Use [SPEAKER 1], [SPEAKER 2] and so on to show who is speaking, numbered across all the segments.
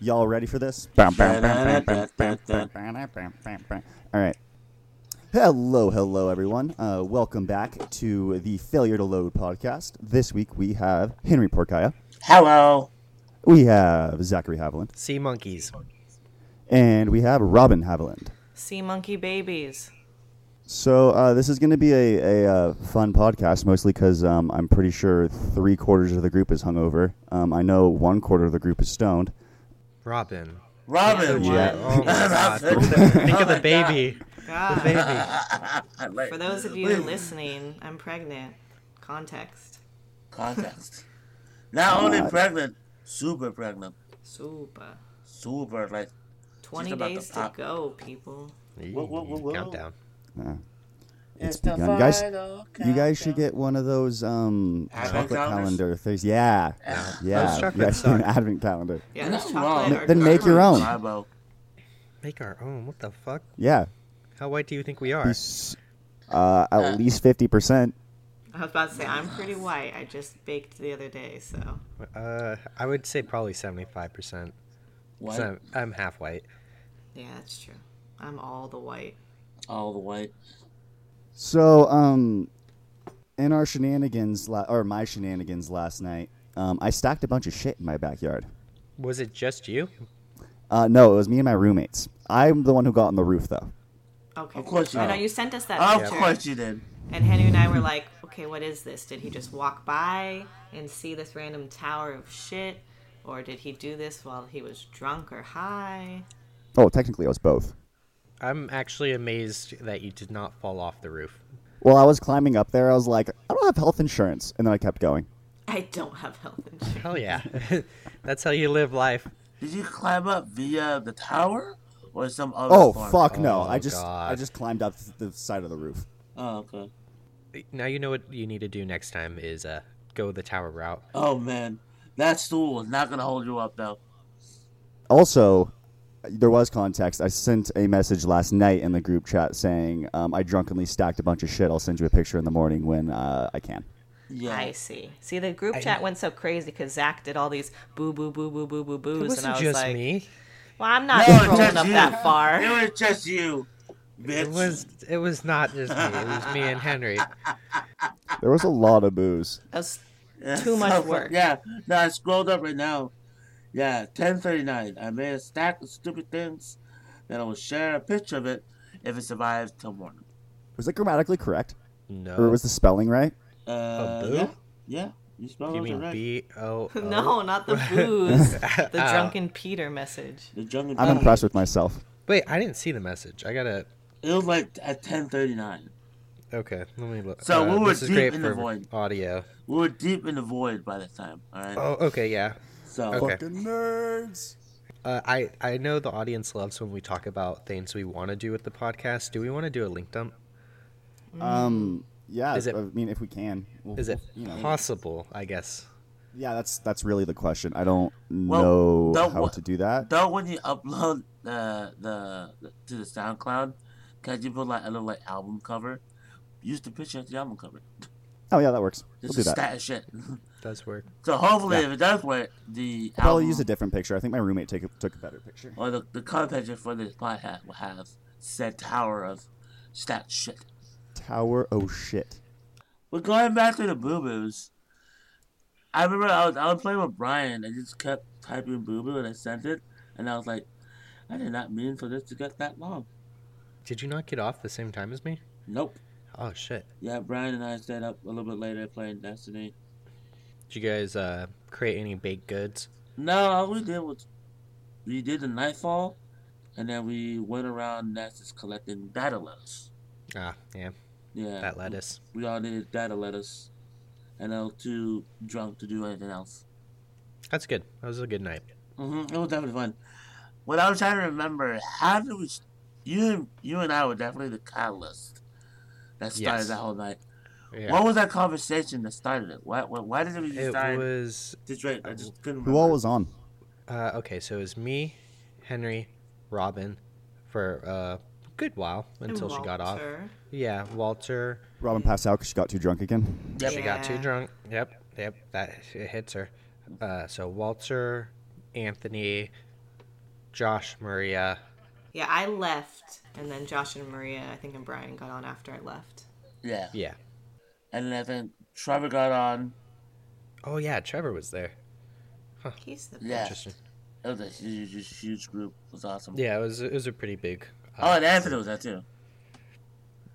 [SPEAKER 1] Y'all ready for this?
[SPEAKER 2] All
[SPEAKER 1] All right. Hello, hello, everyone. Uh, welcome back to the Failure to Load podcast. This week we have Henry Porkaya,
[SPEAKER 3] Hello.
[SPEAKER 1] we have Zachary Haviland,
[SPEAKER 4] Sea monkeys.
[SPEAKER 1] and we have Robin Haviland.
[SPEAKER 5] Sea monkey babies.
[SPEAKER 1] So uh, this is going to be a, a uh, fun podcast, mostly because um, I'm pretty sure three quarters of the group is hungover. Um, I know one quarter of the group is stoned.
[SPEAKER 4] Robin.
[SPEAKER 3] Robin.
[SPEAKER 1] Yeah.
[SPEAKER 4] Oh my
[SPEAKER 3] That's-
[SPEAKER 4] god. Think of the, think
[SPEAKER 3] oh
[SPEAKER 4] of the
[SPEAKER 3] my
[SPEAKER 4] baby. The
[SPEAKER 5] God.
[SPEAKER 4] baby.
[SPEAKER 5] For those of you listening, I'm pregnant. Context.
[SPEAKER 3] Context. Not only pregnant, super pregnant.
[SPEAKER 5] Super.
[SPEAKER 3] Super, like,
[SPEAKER 5] 20
[SPEAKER 3] about to
[SPEAKER 5] days to
[SPEAKER 3] pop.
[SPEAKER 5] go, people.
[SPEAKER 3] Whoa, whoa, whoa, whoa.
[SPEAKER 4] Countdown.
[SPEAKER 1] It's begun. Guys, You guys should get one of those um,
[SPEAKER 3] Advent
[SPEAKER 1] chocolate
[SPEAKER 3] calendars?
[SPEAKER 1] calendar things. Yeah,
[SPEAKER 3] Yeah.
[SPEAKER 1] yeah.
[SPEAKER 4] Those
[SPEAKER 1] You
[SPEAKER 4] chocolates
[SPEAKER 1] guys do an
[SPEAKER 4] suck.
[SPEAKER 1] advent calendar.
[SPEAKER 5] Yeah,
[SPEAKER 3] You're
[SPEAKER 5] it's
[SPEAKER 3] not wrong.
[SPEAKER 5] chocolate or
[SPEAKER 1] Then make your
[SPEAKER 5] garbage.
[SPEAKER 1] own.
[SPEAKER 3] Bible.
[SPEAKER 4] Make our own. What the fuck?
[SPEAKER 1] Yeah,
[SPEAKER 4] How white do you think we
[SPEAKER 1] Be
[SPEAKER 4] are?
[SPEAKER 1] s- uh, at least fifty percent.
[SPEAKER 5] I was about to say, I'm pretty white. I just baked the other day, so.
[SPEAKER 4] Uh, I would say probably 75%.
[SPEAKER 3] White.
[SPEAKER 4] So I'm, I'm half white.
[SPEAKER 5] Yeah, that's true. I'm all the white.
[SPEAKER 3] All the way.
[SPEAKER 1] So, um, in our shenanigans la- or my shenanigans last night, um, I stacked a bunch of shit in my backyard.
[SPEAKER 4] Was it just you?
[SPEAKER 1] Uh, no, it was me and my roommates. I'm the one who got on the roof, though.
[SPEAKER 5] Okay.
[SPEAKER 3] Of course you
[SPEAKER 5] I
[SPEAKER 3] are.
[SPEAKER 5] know you sent us that
[SPEAKER 3] Of
[SPEAKER 5] picture.
[SPEAKER 3] course you did.
[SPEAKER 5] And Henry and I were like, okay, what is this? Did he just walk by and see this random tower of shit? Or did he do this while he was drunk or high?
[SPEAKER 1] Oh, technically, it was both.
[SPEAKER 4] I'm actually amazed that you did not fall off the roof.
[SPEAKER 1] Well, I was climbing up there. I was like, I don't have health insurance, and then I kept going.
[SPEAKER 5] I don't have health insurance.
[SPEAKER 4] Hell yeah. That's how you live life.
[SPEAKER 3] Did you climb up via the tower or some other
[SPEAKER 1] Oh
[SPEAKER 3] form?
[SPEAKER 1] fuck no!
[SPEAKER 4] Oh,
[SPEAKER 1] I just
[SPEAKER 4] God.
[SPEAKER 1] I just climbed up the side of the roof.
[SPEAKER 3] Oh, okay.
[SPEAKER 4] Now you know what you need to do next time is uh, go the tower route.
[SPEAKER 3] Oh, man. That stool is not going to hold you up, though.
[SPEAKER 1] Also, there was context. I sent a message last night in the group chat saying um, I drunkenly stacked a bunch of shit. I'll send you a picture in the morning when uh, I can.
[SPEAKER 3] Yeah.
[SPEAKER 5] I see. See, the group chat went so crazy because Zach did all these boo, boo, boo, boo, boo, boo, boos.
[SPEAKER 4] It wasn't
[SPEAKER 5] and I was
[SPEAKER 4] just
[SPEAKER 5] like,
[SPEAKER 4] me.
[SPEAKER 5] well, I'm not
[SPEAKER 3] No, it's
[SPEAKER 5] scrolling
[SPEAKER 3] just
[SPEAKER 5] up
[SPEAKER 3] you.
[SPEAKER 5] that
[SPEAKER 3] It
[SPEAKER 5] far.
[SPEAKER 3] was just you, bitch.
[SPEAKER 4] It was it was not just me. It was me and Henry.
[SPEAKER 1] There was a lot of booze.
[SPEAKER 5] That's
[SPEAKER 3] Yeah,
[SPEAKER 5] Too much
[SPEAKER 3] so-
[SPEAKER 5] work.
[SPEAKER 3] Yeah, no, I scrolled up right now. Yeah, ten thirty nine. I made a stack of stupid things, then I will share a picture of it if it survives till morning.
[SPEAKER 1] Was it grammatically correct,
[SPEAKER 4] No.
[SPEAKER 1] or was the spelling right?
[SPEAKER 3] Uh,
[SPEAKER 4] boo?
[SPEAKER 3] yeah, yeah, you spelled
[SPEAKER 4] you
[SPEAKER 3] Oh, it
[SPEAKER 4] mean
[SPEAKER 3] right.
[SPEAKER 4] B O? O?
[SPEAKER 5] no, not the boos. the
[SPEAKER 4] Uh,
[SPEAKER 5] drunken Peter message.
[SPEAKER 3] The jungle.
[SPEAKER 1] I'm
[SPEAKER 4] Um,
[SPEAKER 3] Jungle.
[SPEAKER 1] impressed with myself.
[SPEAKER 4] Wait, I didn't see the message. I gotta.
[SPEAKER 3] It was like at ten thirty nine.
[SPEAKER 4] Okay, let me look. Uh,
[SPEAKER 3] So we were
[SPEAKER 4] this is
[SPEAKER 3] deep
[SPEAKER 4] great
[SPEAKER 3] in the
[SPEAKER 4] for
[SPEAKER 3] void.
[SPEAKER 4] audio.
[SPEAKER 3] We were deep in the void by that time. All right.
[SPEAKER 4] Oh, okay, yeah.
[SPEAKER 3] so
[SPEAKER 4] okay.
[SPEAKER 1] Fucking nerds.
[SPEAKER 4] Uh, I I know the audience loves when we talk about things we want to do with the podcast. Do we want to do a link dump?
[SPEAKER 1] Um. Yeah.
[SPEAKER 4] Mm. Is it-
[SPEAKER 1] I mean, if we can, we'll-
[SPEAKER 4] Is it
[SPEAKER 1] You know.
[SPEAKER 4] possible? I guess.
[SPEAKER 1] Yeah, that's that's really the question. I don't know
[SPEAKER 3] Well, the
[SPEAKER 1] how
[SPEAKER 3] wa-
[SPEAKER 1] to do that.
[SPEAKER 3] though when you upload the the to the SoundCloud, cause you put like a little like album cover, use the picture of the album cover.
[SPEAKER 1] Oh yeah, that works. We'll
[SPEAKER 3] Just
[SPEAKER 1] do
[SPEAKER 3] a
[SPEAKER 1] that.
[SPEAKER 3] stat of shit.
[SPEAKER 4] Does work.
[SPEAKER 3] So hopefully, if it does work, the
[SPEAKER 1] Probably
[SPEAKER 3] album
[SPEAKER 1] use a different picture. I think my roommate take a, took a better picture.
[SPEAKER 3] or the, the cover picture for this podcast will have said tower of stat shit.
[SPEAKER 1] Tower. Oh shit.
[SPEAKER 3] But going back to the boo boos, I remember I was I was playing with Brian. I just kept typing boo boo and I sent it, and I was like, I did not mean for this to get that long.
[SPEAKER 4] Did you not get off the same time as me?
[SPEAKER 3] Nope.
[SPEAKER 4] Oh shit!
[SPEAKER 3] Yeah, Brian and I stayed up a little bit later playing Destiny.
[SPEAKER 4] Did you guys uh, create any baked goods?
[SPEAKER 3] No, all we did was we did the nightfall, and then we went around Nessus collecting data lettuce.
[SPEAKER 4] Ah, yeah,
[SPEAKER 3] Yeah,
[SPEAKER 4] that lettuce.
[SPEAKER 3] we all needed data lettuce, and I was too drunk to do anything else.
[SPEAKER 4] That's good. That was a good night.
[SPEAKER 3] hmm It was definitely fun. What I was trying to remember, how did we? You, you and I were definitely the catalyst that started
[SPEAKER 4] Yes.
[SPEAKER 3] that whole night.
[SPEAKER 4] Yeah.
[SPEAKER 3] What was that conversation that started it? Why, why, why did we
[SPEAKER 4] it
[SPEAKER 3] decide
[SPEAKER 4] was
[SPEAKER 3] to drink? I just couldn't remember.
[SPEAKER 1] Who all was on?
[SPEAKER 4] Uh, okay, so it was me, Henry, Robin, for a good while until she got off.
[SPEAKER 5] Walter.
[SPEAKER 4] Yeah, Walter.
[SPEAKER 1] Robin passed out because she got too drunk again.
[SPEAKER 3] Yep.
[SPEAKER 4] She got too
[SPEAKER 5] Yeah.
[SPEAKER 4] drunk. Yep, yep, that it hits her. Uh, so Walter, Anthony, Josh, Maria.
[SPEAKER 5] Yeah, I left, and then Josh and Maria, I think, and Brian got on after I left.
[SPEAKER 3] Yeah.
[SPEAKER 4] Yeah.
[SPEAKER 3] And then I think Trevor got on.
[SPEAKER 4] Oh yeah, Trevor was there.
[SPEAKER 5] He's the
[SPEAKER 3] Yeah.
[SPEAKER 4] Interesting.
[SPEAKER 3] It was a huge, huge, huge group. It was awesome.
[SPEAKER 4] Yeah, it was it was a pretty big. uh,
[SPEAKER 3] Oh, and Anthony was there too.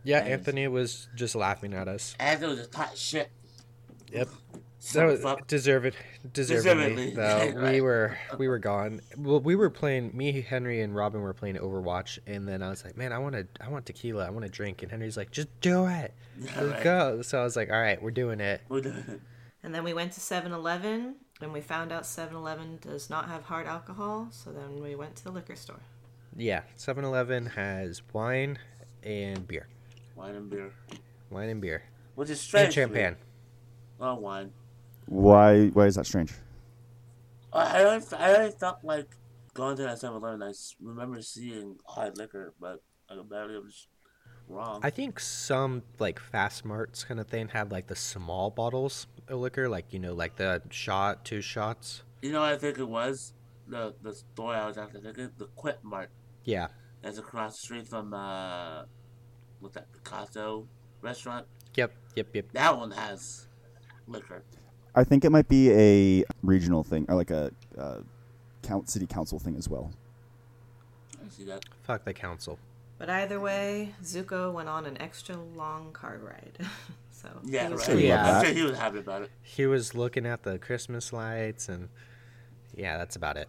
[SPEAKER 4] yeah,
[SPEAKER 3] and-
[SPEAKER 4] Anthony was just laughing at us.
[SPEAKER 3] Anthony was just hot shit.
[SPEAKER 4] Yep.
[SPEAKER 3] So
[SPEAKER 4] So
[SPEAKER 3] fuck-
[SPEAKER 4] deserved, deservedly.
[SPEAKER 3] Deservedly,
[SPEAKER 4] Though we
[SPEAKER 3] right.
[SPEAKER 4] were we were gone. Well, we were playing. Me, Henry, and Robin were playing Overwatch, and then I was like, "Man, I want to, I want tequila, I want to drink." And Henry's like, "Just do it,
[SPEAKER 3] Yeah,
[SPEAKER 4] let's
[SPEAKER 3] right.
[SPEAKER 4] go." So I was like, "All right, we're doing it."
[SPEAKER 3] We're doing
[SPEAKER 5] And then we went to 7 Eleven, and we found out 7 Eleven does not have hard alcohol, so then we went to the liquor store.
[SPEAKER 4] Yeah, 7-Eleven has wine and beer,
[SPEAKER 3] wine and beer,
[SPEAKER 4] wine and beer,
[SPEAKER 3] which is
[SPEAKER 4] and
[SPEAKER 3] strange. to me.
[SPEAKER 4] champagne.
[SPEAKER 3] Oh, wine.
[SPEAKER 1] Why? Why is that strange?
[SPEAKER 3] I I always, I always felt like going to that 7-Eleven. I s- remember seeing hard liquor, but I barely it was wrong.
[SPEAKER 4] I think some like fast marts kind of thing have like the small bottles of liquor, like you know, like the shot, two shots.
[SPEAKER 3] you know, what I think it was the the store I was after thinking the Quit Mart.
[SPEAKER 4] Yeah,
[SPEAKER 3] That's across the street from uh, what's that Picasso restaurant?
[SPEAKER 4] yep, yep, yep.
[SPEAKER 3] That one has liquor.
[SPEAKER 1] I think it might be a regional thing or like a uh, count city council thing as well.
[SPEAKER 3] I see that.
[SPEAKER 4] Fuck the council.
[SPEAKER 5] But either way, Zuko went on an extra long car ride. so he
[SPEAKER 3] Yeah,
[SPEAKER 5] was
[SPEAKER 3] right.
[SPEAKER 5] pretty-
[SPEAKER 4] Yeah.
[SPEAKER 3] I'm sure he was happy about it.
[SPEAKER 4] He was looking at the Christmas lights, and yeah, that's about it.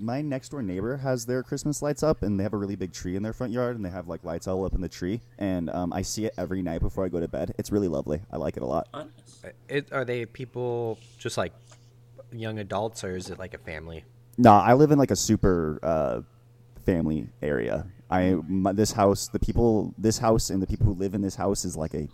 [SPEAKER 1] My next door neighbor has their Christmas lights up, and they have a really big tree in their front yard, and they have like lights all up in the tree. And um, I see it every night before I go to bed. It's really lovely. I like it a lot.
[SPEAKER 3] Honest.
[SPEAKER 4] it are they people just like young adults, or is it like a family?
[SPEAKER 1] Nah, I live in like a super uh, family area. I my, this house, the people, this house, and the people who live in this house is like a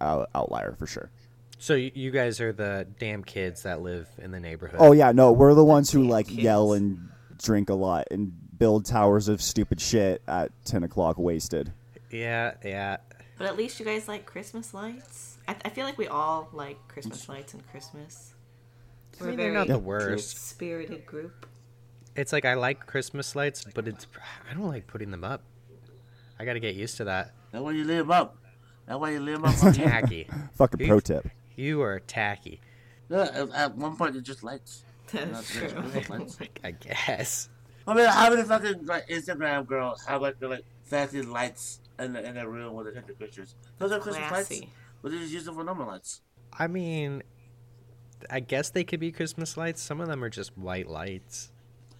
[SPEAKER 1] out, outlier for sure.
[SPEAKER 4] So you, you guys are the damn kids that live in the neighborhood.
[SPEAKER 1] Oh yeah, no, we're the ones who like
[SPEAKER 5] Kids.
[SPEAKER 1] yell and drink a lot and build towers of stupid shit at ten o'clock wasted.
[SPEAKER 4] yeah, yeah.
[SPEAKER 5] But at least you guys like Christmas lights. I, I feel like we all like Christmas lights and Christmas.
[SPEAKER 4] I
[SPEAKER 5] We're
[SPEAKER 4] mean,
[SPEAKER 5] very
[SPEAKER 4] they're not the
[SPEAKER 1] Yeah.
[SPEAKER 4] worst.
[SPEAKER 5] spirited group.
[SPEAKER 4] It's like I like Christmas lights, but it's I don't like putting them up. I got to get used to that.
[SPEAKER 3] That's why you leave him up. That's why you leave him up. on the-
[SPEAKER 4] Tacky.
[SPEAKER 1] Fucking pro tip.
[SPEAKER 4] you are tacky.
[SPEAKER 3] yeah, at- at one point, it just lights.
[SPEAKER 5] That's
[SPEAKER 3] Not
[SPEAKER 5] true.
[SPEAKER 3] Christmas lights.
[SPEAKER 4] I guess.
[SPEAKER 3] I mean, how many fucking like Instagram girls have like the like fancy lights in the, in their room when they take their pictures? Those are Christmas lights,
[SPEAKER 5] Classy.
[SPEAKER 3] but they just use them for normal lights.
[SPEAKER 4] I mean, I guess they could be Christmas lights. Some of them are just white lights,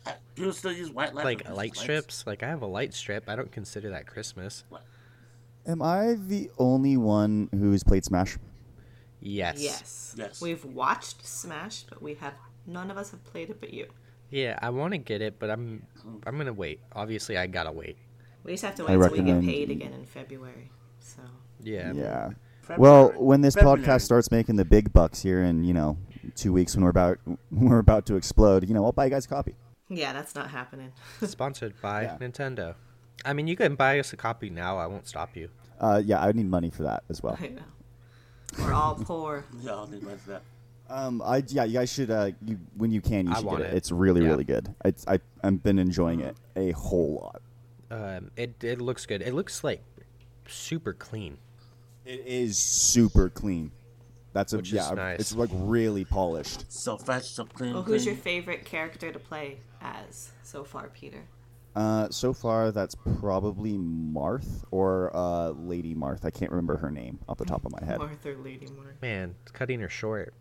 [SPEAKER 3] I- People still use white lights. for
[SPEAKER 4] like
[SPEAKER 3] Christmas
[SPEAKER 4] light
[SPEAKER 3] lights.
[SPEAKER 4] strips. Like I have a light strip. I don't consider that Christmas.
[SPEAKER 1] Am I the only one who's played Smash?
[SPEAKER 4] Yes.
[SPEAKER 5] Yes.
[SPEAKER 3] Yes.
[SPEAKER 5] We've watched Smash, but we have none of us have played it but you.
[SPEAKER 4] Yeah, I want to get it, but I'm I'm gonna wait. Obviously, I gotta wait.
[SPEAKER 5] We just have to
[SPEAKER 1] I
[SPEAKER 5] wait till we get
[SPEAKER 1] recommend-
[SPEAKER 5] paid again in February. So
[SPEAKER 4] Yeah.
[SPEAKER 1] Yeah.
[SPEAKER 3] February.
[SPEAKER 1] Well, when this
[SPEAKER 3] February.
[SPEAKER 1] podcast starts making the big bucks here in you know two weeks when we're about when we're about to explode, you know I'll buy you guys a copy.
[SPEAKER 5] yeah, that's not happening.
[SPEAKER 4] Sponsored by
[SPEAKER 1] Yeah.
[SPEAKER 4] Nintendo. I mean, you can buy us a copy now. I won't stop you.
[SPEAKER 1] Uh, yeah, I would need money for that as well.
[SPEAKER 5] I know. We're all poor.
[SPEAKER 3] yeah, I'll think about that.
[SPEAKER 1] Um, I yeah, you guys should uh, you when you can, you
[SPEAKER 4] I
[SPEAKER 1] should
[SPEAKER 4] want
[SPEAKER 1] get it.
[SPEAKER 4] it.
[SPEAKER 1] It's really
[SPEAKER 4] Yeah.
[SPEAKER 1] really good. It's, I I've been enjoying it a whole lot.
[SPEAKER 4] Um, it it looks good. It looks like super clean.
[SPEAKER 1] It is super clean. That's a
[SPEAKER 4] Which
[SPEAKER 1] yeah.
[SPEAKER 4] is nice.
[SPEAKER 1] It's like really polished.
[SPEAKER 3] So fresh, so clean.
[SPEAKER 5] Well, Oh, who's your
[SPEAKER 3] clean.
[SPEAKER 5] favorite character to play as so far, Peter?
[SPEAKER 1] Uh, so far, that's probably Marth or uh, Lady Marth. I can't remember her name off the top of my head.
[SPEAKER 5] Arthur Lady Mark.
[SPEAKER 4] Man, it's cutting her short.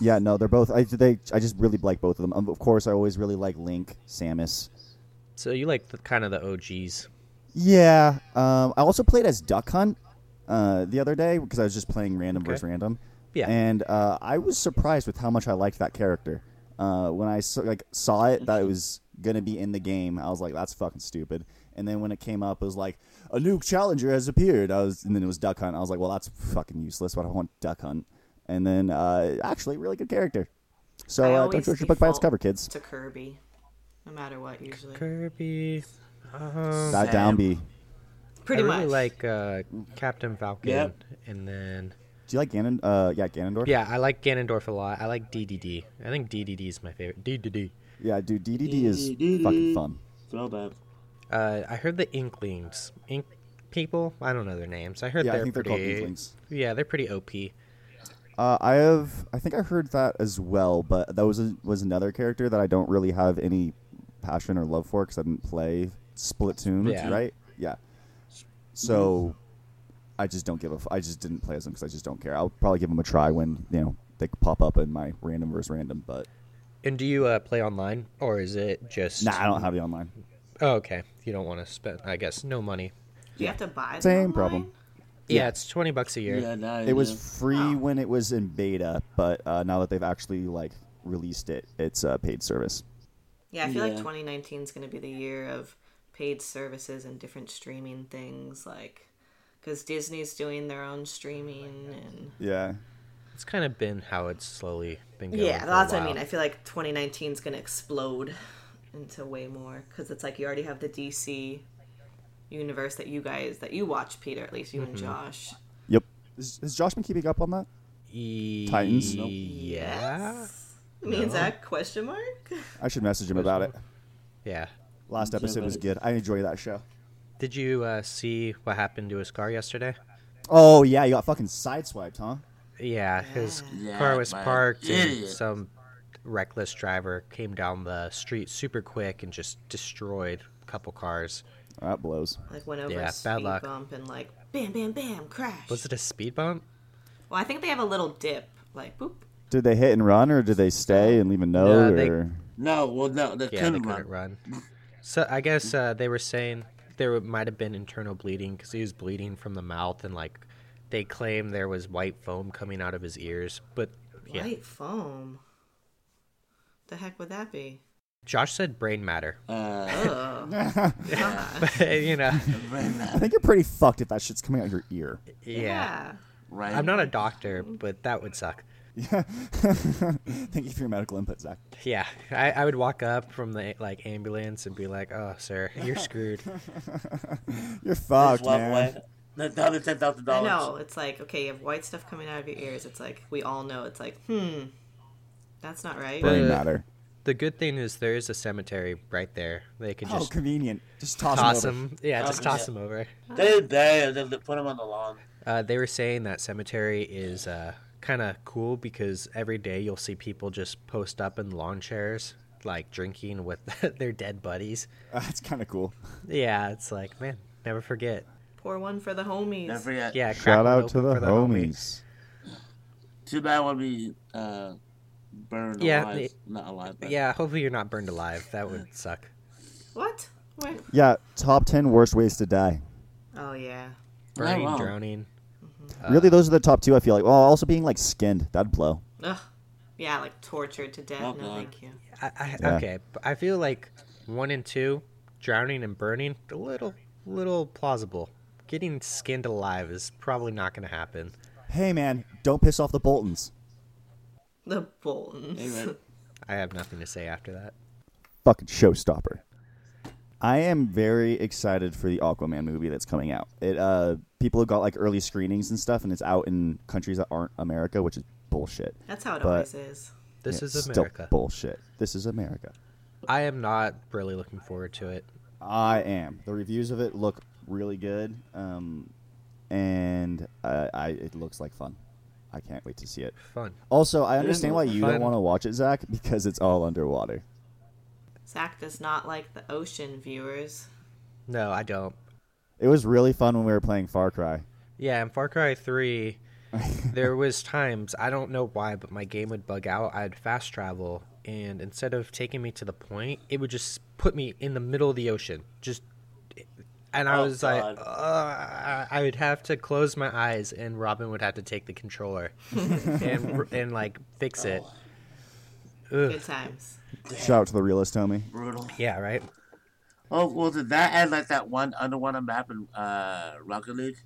[SPEAKER 1] Yeah, no, they're both. I they I just really like both of them. Um, of course, I always really like Link, Samus.
[SPEAKER 4] So you like the kind of the OGs?
[SPEAKER 1] Yeah. Um, I also played as Duck Hunt uh, the other day because I was just playing random versus random.
[SPEAKER 4] Yeah.
[SPEAKER 1] And uh, I was surprised with how much I liked that character. Uh, when I s- like saw it that it was gonna be in the game, I was like, "That's fucking stupid." And then when it came up, it was like, "A new challenger has appeared." I was, and then it was Duck Hunt. I was like, "Well, that's fucking useless. Why do I want Duck Hunt?" And then uh, actually, really good character. So
[SPEAKER 5] I
[SPEAKER 1] uh,
[SPEAKER 5] always
[SPEAKER 1] don't judge your book by its
[SPEAKER 5] default
[SPEAKER 1] cover, kids.
[SPEAKER 5] To Kirby, no matter what, usually.
[SPEAKER 4] Kirby. Um,
[SPEAKER 1] That down B. Do
[SPEAKER 5] Pretty
[SPEAKER 4] I really
[SPEAKER 5] much.
[SPEAKER 4] like uh, Captain Falcon,
[SPEAKER 3] Yep.
[SPEAKER 4] and then
[SPEAKER 1] you like Ganon? Uh, yeah, Ganondorf.
[SPEAKER 4] yeah, I like Ganondorf a lot. I like DDD. I think DDD is my favorite. DDD.
[SPEAKER 1] Yeah, dude, DDD is
[SPEAKER 3] DDD.
[SPEAKER 1] fucking fun.
[SPEAKER 3] throwback.
[SPEAKER 4] Uh, I heard the Inklings, Ink people. I don't know their names. I heard
[SPEAKER 1] Yeah, I
[SPEAKER 4] they're
[SPEAKER 1] think they're
[SPEAKER 4] pretty.
[SPEAKER 1] called Inklings.
[SPEAKER 4] Yeah, they're pretty OP.
[SPEAKER 1] Uh, I have. I think I heard that as well, but that was a, was another character that I don't really have any passion or love for because I didn't play Splatoon,
[SPEAKER 4] Yeah.
[SPEAKER 1] right? Yeah. So I just don't give a. F- I just didn't play as them because I just don't care. I'll probably give them a try when you know they pop up in my random versus random, but
[SPEAKER 4] And do you uh, play online, or is it just?
[SPEAKER 1] nah, I don't have the online.
[SPEAKER 4] Oh, okay. You don't want to spend, I guess, no money.
[SPEAKER 5] You have to buy them
[SPEAKER 1] Same
[SPEAKER 5] online?
[SPEAKER 1] problem.
[SPEAKER 4] Yeah, it's twenty bucks a year.
[SPEAKER 3] Yeah, nah,
[SPEAKER 1] It was
[SPEAKER 3] yeah.
[SPEAKER 1] free when it was in beta, but uh, now that they've actually like released it, it's a paid service.
[SPEAKER 5] Yeah, I feel like
[SPEAKER 3] Yeah.
[SPEAKER 5] 2019 is going to be the year of paid services and different streaming things, like because Disney's doing their own streaming and
[SPEAKER 1] Yeah.
[SPEAKER 4] It's kind of been how it's slowly been going.
[SPEAKER 5] yeah,
[SPEAKER 4] for a
[SPEAKER 5] that's what I
[SPEAKER 4] while.
[SPEAKER 5] mean. I feel like 2019 is going to explode into way more because it's like you already have the DC universe that you guys that you watch, Peter, at least you
[SPEAKER 4] Mm-hmm.
[SPEAKER 5] and Josh.
[SPEAKER 1] Yep. Has, has Josh been keeping up on that?
[SPEAKER 4] E-
[SPEAKER 1] Titans? Nope.
[SPEAKER 4] Yeah.
[SPEAKER 5] Me and Zach? Question mark.
[SPEAKER 1] I should message him about it.
[SPEAKER 4] Yeah.
[SPEAKER 1] Last episode was good. I enjoy that show.
[SPEAKER 4] Did you uh, see what happened to his car yesterday?
[SPEAKER 1] Oh yeah, you got fucking sideswiped, huh?
[SPEAKER 4] Yeah, his
[SPEAKER 3] Yeah,
[SPEAKER 4] car was
[SPEAKER 3] but
[SPEAKER 4] parked, and
[SPEAKER 3] idiot.
[SPEAKER 4] some reckless driver came down the street super quick and just destroyed a couple cars.
[SPEAKER 1] That blows.
[SPEAKER 5] Like went over
[SPEAKER 4] Yeah,
[SPEAKER 5] a
[SPEAKER 4] bad
[SPEAKER 5] speed
[SPEAKER 4] luck.
[SPEAKER 5] bump and like bam, bam, bam, crash.
[SPEAKER 4] Was it a speed bump?
[SPEAKER 5] Well, I think they have a little dip, like boop.
[SPEAKER 1] Did they hit and run, or did they stay and leave a note?
[SPEAKER 4] No, they-
[SPEAKER 1] or
[SPEAKER 3] No, well, no, they
[SPEAKER 4] Yeah, they
[SPEAKER 3] couldn't
[SPEAKER 4] couldn't
[SPEAKER 3] run.
[SPEAKER 4] run. So I guess uh, they were saying there might have been internal bleeding because he was bleeding from the mouth, and like they claim there was white foam coming out of his ears. But yeah,
[SPEAKER 5] White foam. The heck would that be?
[SPEAKER 4] Josh said brain matter.
[SPEAKER 3] Uh,
[SPEAKER 5] Ugh.
[SPEAKER 4] you know,
[SPEAKER 1] I think you're pretty fucked if that shit's coming out your ear.
[SPEAKER 4] yeah.
[SPEAKER 3] right.
[SPEAKER 4] I'm not a doctor, but that would suck.
[SPEAKER 1] Thank you for your medical input, Zach.
[SPEAKER 4] Yeah, I, I would walk up from the like ambulance and be like, "Oh, sir, you're screwed."
[SPEAKER 1] You're
[SPEAKER 3] Just
[SPEAKER 1] fucked,
[SPEAKER 3] walk
[SPEAKER 1] man.
[SPEAKER 3] away. That's down to ten thousand
[SPEAKER 5] I
[SPEAKER 3] dollars.
[SPEAKER 5] know. It's like, okay, you have white stuff coming out of your ears. It's like, we all know. It's like, hmm. That's not right.
[SPEAKER 1] Brain
[SPEAKER 4] Uh,
[SPEAKER 1] matter.
[SPEAKER 4] the good thing is there is a cemetery right there. They could
[SPEAKER 1] Oh,
[SPEAKER 4] just
[SPEAKER 1] convenient. Just toss,
[SPEAKER 4] toss
[SPEAKER 1] him. Over.
[SPEAKER 4] him. Yeah, just
[SPEAKER 3] Oh,
[SPEAKER 4] toss
[SPEAKER 3] yeah.
[SPEAKER 4] him over.
[SPEAKER 3] They they they put him on the lawn.
[SPEAKER 4] Uh, they were saying that cemetery is uh, kind of cool because every day you'll see people just post up in lawn chairs, like drinking with their dead buddies.
[SPEAKER 1] Uh, that's kind of cool.
[SPEAKER 4] Yeah, it's like, man, never forget.
[SPEAKER 5] Pour one for the homies.
[SPEAKER 3] Never forget.
[SPEAKER 4] Yeah, crack
[SPEAKER 1] Shout
[SPEAKER 4] one
[SPEAKER 1] out
[SPEAKER 4] open
[SPEAKER 1] to the
[SPEAKER 4] for homie.
[SPEAKER 1] homies.
[SPEAKER 3] Too bad when we uh, burned
[SPEAKER 4] Yeah,
[SPEAKER 3] alive.
[SPEAKER 4] they-
[SPEAKER 3] not alive. But
[SPEAKER 4] Yeah, hopefully you're not burned alive. That would suck.
[SPEAKER 1] Oh,
[SPEAKER 5] What? Wait.
[SPEAKER 1] Yeah, top ten worst ways to die.
[SPEAKER 5] Oh, yeah.
[SPEAKER 4] Burning,
[SPEAKER 3] wrong.
[SPEAKER 4] drowning.
[SPEAKER 1] really,
[SPEAKER 4] Uh,
[SPEAKER 1] those are the top two. I feel like. Well, also being like skinned, that'd blow.
[SPEAKER 5] Ugh. Yeah, like tortured to death.
[SPEAKER 3] Oh,
[SPEAKER 5] no,
[SPEAKER 3] God.
[SPEAKER 5] thank you.
[SPEAKER 4] I, I,
[SPEAKER 1] Yeah.
[SPEAKER 4] Okay, but I feel like one and two, drowning and burning, a little, little plausible. Getting skinned alive is probably not going to happen.
[SPEAKER 1] Hey, man, don't piss off the Boltons.
[SPEAKER 5] The Boltons.
[SPEAKER 3] Anyway,
[SPEAKER 4] I have nothing to say after that.
[SPEAKER 1] fucking showstopper. I am very excited for the Aquaman movie that's coming out. It uh, people have got like early screenings and stuff, and it's out in countries that aren't America, which is bullshit.
[SPEAKER 5] That's how it
[SPEAKER 1] But-
[SPEAKER 5] always is.
[SPEAKER 4] This
[SPEAKER 1] It's
[SPEAKER 4] is
[SPEAKER 1] still
[SPEAKER 4] America.
[SPEAKER 1] bullshit. This is America.
[SPEAKER 4] I am not really looking forward to it.
[SPEAKER 1] I am. The reviews of it look really good, um, and uh, I it looks like fun. I can't wait to see it.
[SPEAKER 4] Fun.
[SPEAKER 1] Also, I understand why you don't
[SPEAKER 4] Fun.
[SPEAKER 1] want to watch it, Zach, because it's all underwater.
[SPEAKER 5] Zach does not like the ocean viewers.
[SPEAKER 4] No, I don't.
[SPEAKER 1] It was really fun when we were playing Far Cry.
[SPEAKER 4] Yeah, in Far Cry 3, there was times, I don't know why, but my game would bug out. I'd fast travel, and instead of taking me to the point, it would just put me in the middle of the ocean. Just and I
[SPEAKER 3] Oh,
[SPEAKER 4] was
[SPEAKER 3] God.
[SPEAKER 4] like, "Ugh." I would have to close my eyes, and Robin would have to take the controller and and like fix it.
[SPEAKER 3] Oh.
[SPEAKER 4] Ugh.
[SPEAKER 5] Good times.
[SPEAKER 1] Shout out to the realist, homie.
[SPEAKER 3] brutal.
[SPEAKER 4] Yeah, right.
[SPEAKER 3] Oh well, did that add like that one underwater map in uh, Rocket League?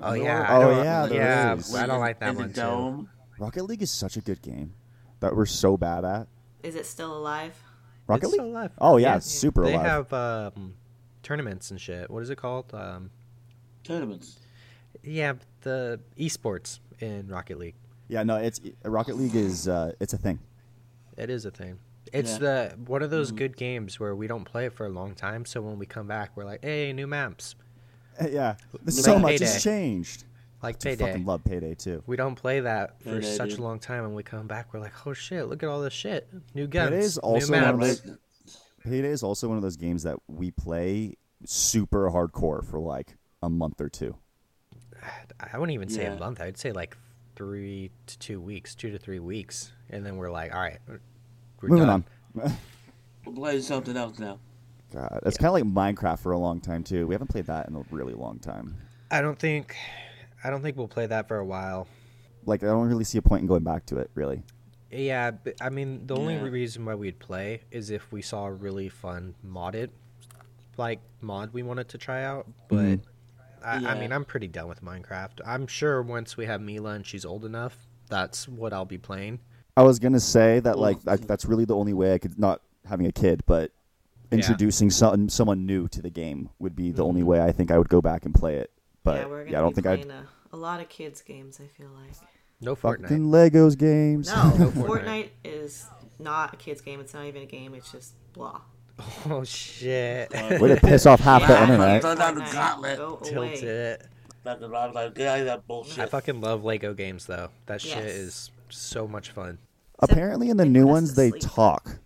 [SPEAKER 4] Oh yeah. I
[SPEAKER 1] Oh,
[SPEAKER 4] don't-
[SPEAKER 1] yeah, there
[SPEAKER 4] yeah.
[SPEAKER 1] is.
[SPEAKER 4] I don't like that
[SPEAKER 3] in
[SPEAKER 4] one
[SPEAKER 3] The
[SPEAKER 4] too.
[SPEAKER 3] dome.
[SPEAKER 1] Rocket League is such a good game that we're so bad at.
[SPEAKER 5] Is it still alive?
[SPEAKER 1] Rocket
[SPEAKER 4] It's
[SPEAKER 1] League?
[SPEAKER 4] still alive.
[SPEAKER 1] Oh yeah, it's super
[SPEAKER 4] they
[SPEAKER 1] alive.
[SPEAKER 4] have um, tournaments and shit. What is it called? Um,
[SPEAKER 3] Tournaments.
[SPEAKER 4] yeah, the esports in Rocket League.
[SPEAKER 1] yeah, no, it's Rocket League is uh, it's a thing.
[SPEAKER 4] It is a thing. It's
[SPEAKER 3] Yeah.
[SPEAKER 4] the one of
[SPEAKER 1] Mm.
[SPEAKER 4] those good games where we don't play it for a long time, so when we come back, we're like, "Hey, new maps!"
[SPEAKER 1] yeah,
[SPEAKER 4] Like
[SPEAKER 1] so much
[SPEAKER 4] Payday.
[SPEAKER 1] has changed.
[SPEAKER 4] Like
[SPEAKER 1] I
[SPEAKER 4] payday.
[SPEAKER 1] fucking love Payday too.
[SPEAKER 4] We don't play that for
[SPEAKER 3] Payday,
[SPEAKER 4] such
[SPEAKER 3] dude.
[SPEAKER 4] a long time, and we come back, we're like, "Oh shit! Look at all this shit! New guns,
[SPEAKER 1] Payday is also
[SPEAKER 4] new
[SPEAKER 1] one
[SPEAKER 3] Yeah,
[SPEAKER 1] of
[SPEAKER 4] maps."
[SPEAKER 1] those-
[SPEAKER 3] but-
[SPEAKER 1] Payday is also one of those games that we play super hardcore for like a month or two.
[SPEAKER 4] I wouldn't even say a
[SPEAKER 3] Yeah.
[SPEAKER 4] month. I'd say like three to two weeks, two to three weeks, and then we're like, "All right, we're we're
[SPEAKER 1] Moving
[SPEAKER 4] done."
[SPEAKER 1] on.
[SPEAKER 3] We're playing something else now.
[SPEAKER 1] God, it's kind of like Minecraft for a long time too. We haven't played that in a really long time.
[SPEAKER 4] I don't think, I don't think we'll play that for a while.
[SPEAKER 1] Like I don't really see a point in going back to it. Really,
[SPEAKER 4] Yeah, but, I mean, the only
[SPEAKER 3] Yeah.
[SPEAKER 4] reason why we'd play is if we saw a really fun modded, like mod we wanted to try out. But
[SPEAKER 1] Mhm.
[SPEAKER 4] I, I
[SPEAKER 3] Yeah.
[SPEAKER 4] mean, I'm pretty done with Minecraft. I'm sure once we have Mila and she's old enough, that's what I'll be playing.
[SPEAKER 1] I was gonna say that
[SPEAKER 3] Well,
[SPEAKER 1] like I, that's really the only way I could not having a kid, but
[SPEAKER 4] Yeah.
[SPEAKER 1] introducing some, someone new to the game would be the only way I think I would go back and play it. But
[SPEAKER 5] yeah,
[SPEAKER 1] yeah,
[SPEAKER 5] we're gonna
[SPEAKER 1] I don't
[SPEAKER 5] be
[SPEAKER 1] think I'd
[SPEAKER 5] playing a, a lot of kids games. I feel like
[SPEAKER 4] No Fortnite.
[SPEAKER 1] fucking Legos games.
[SPEAKER 5] no,
[SPEAKER 4] Fortnite.
[SPEAKER 5] Fortnite is not a kids game. It's not even a game. It's just blah.
[SPEAKER 4] Oh shit!
[SPEAKER 1] Way to piss off half the
[SPEAKER 3] Yeah.
[SPEAKER 1] internet.
[SPEAKER 3] Throw down the
[SPEAKER 5] Fortnite,
[SPEAKER 3] gauntlet.
[SPEAKER 5] Go
[SPEAKER 4] Tilt
[SPEAKER 5] away.
[SPEAKER 4] it.
[SPEAKER 3] Back to Rob's like, get out of that bullshit.
[SPEAKER 4] I fucking love Lego games though. That shit
[SPEAKER 5] Yes.
[SPEAKER 4] is so much fun.
[SPEAKER 1] Apparently, in the new
[SPEAKER 5] Except
[SPEAKER 1] ones, they
[SPEAKER 5] asleep.
[SPEAKER 1] talk.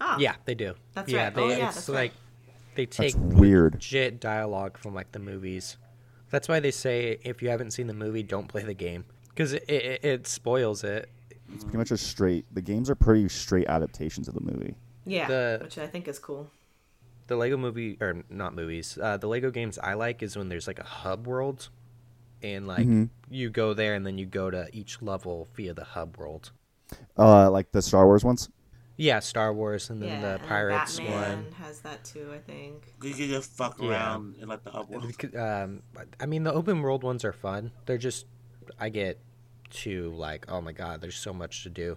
[SPEAKER 5] Ah,
[SPEAKER 4] Yeah, they do.
[SPEAKER 5] That's
[SPEAKER 4] yeah,
[SPEAKER 5] right.
[SPEAKER 4] They,
[SPEAKER 5] Oh, yeah,
[SPEAKER 4] it's
[SPEAKER 5] that's
[SPEAKER 4] like
[SPEAKER 5] right.
[SPEAKER 4] they take
[SPEAKER 1] weird.
[SPEAKER 4] legit dialogue from like the movies. That's why they say if you haven't seen the movie, don't play the game because it, it, it spoils it.
[SPEAKER 1] It's pretty much a straight. The games are pretty straight adaptations of the movie.
[SPEAKER 5] yeah,
[SPEAKER 4] The-
[SPEAKER 5] which I think is cool.
[SPEAKER 4] The Lego movie or not movies, uh, the Lego games I like is when there's like a hub world, and like you go there and then you go to each level via the hub world.
[SPEAKER 1] Uh, like the Star Wars ones.
[SPEAKER 4] Yeah, Star Wars and then
[SPEAKER 5] yeah,
[SPEAKER 4] the Pirates
[SPEAKER 5] and Batman
[SPEAKER 4] one.
[SPEAKER 5] has that too. I think.
[SPEAKER 3] You can just fuck
[SPEAKER 4] Yeah.
[SPEAKER 3] around and let the hub work.
[SPEAKER 4] um, I mean, the open world ones are fun. They're just, I get too like, oh my god, there's so much to do.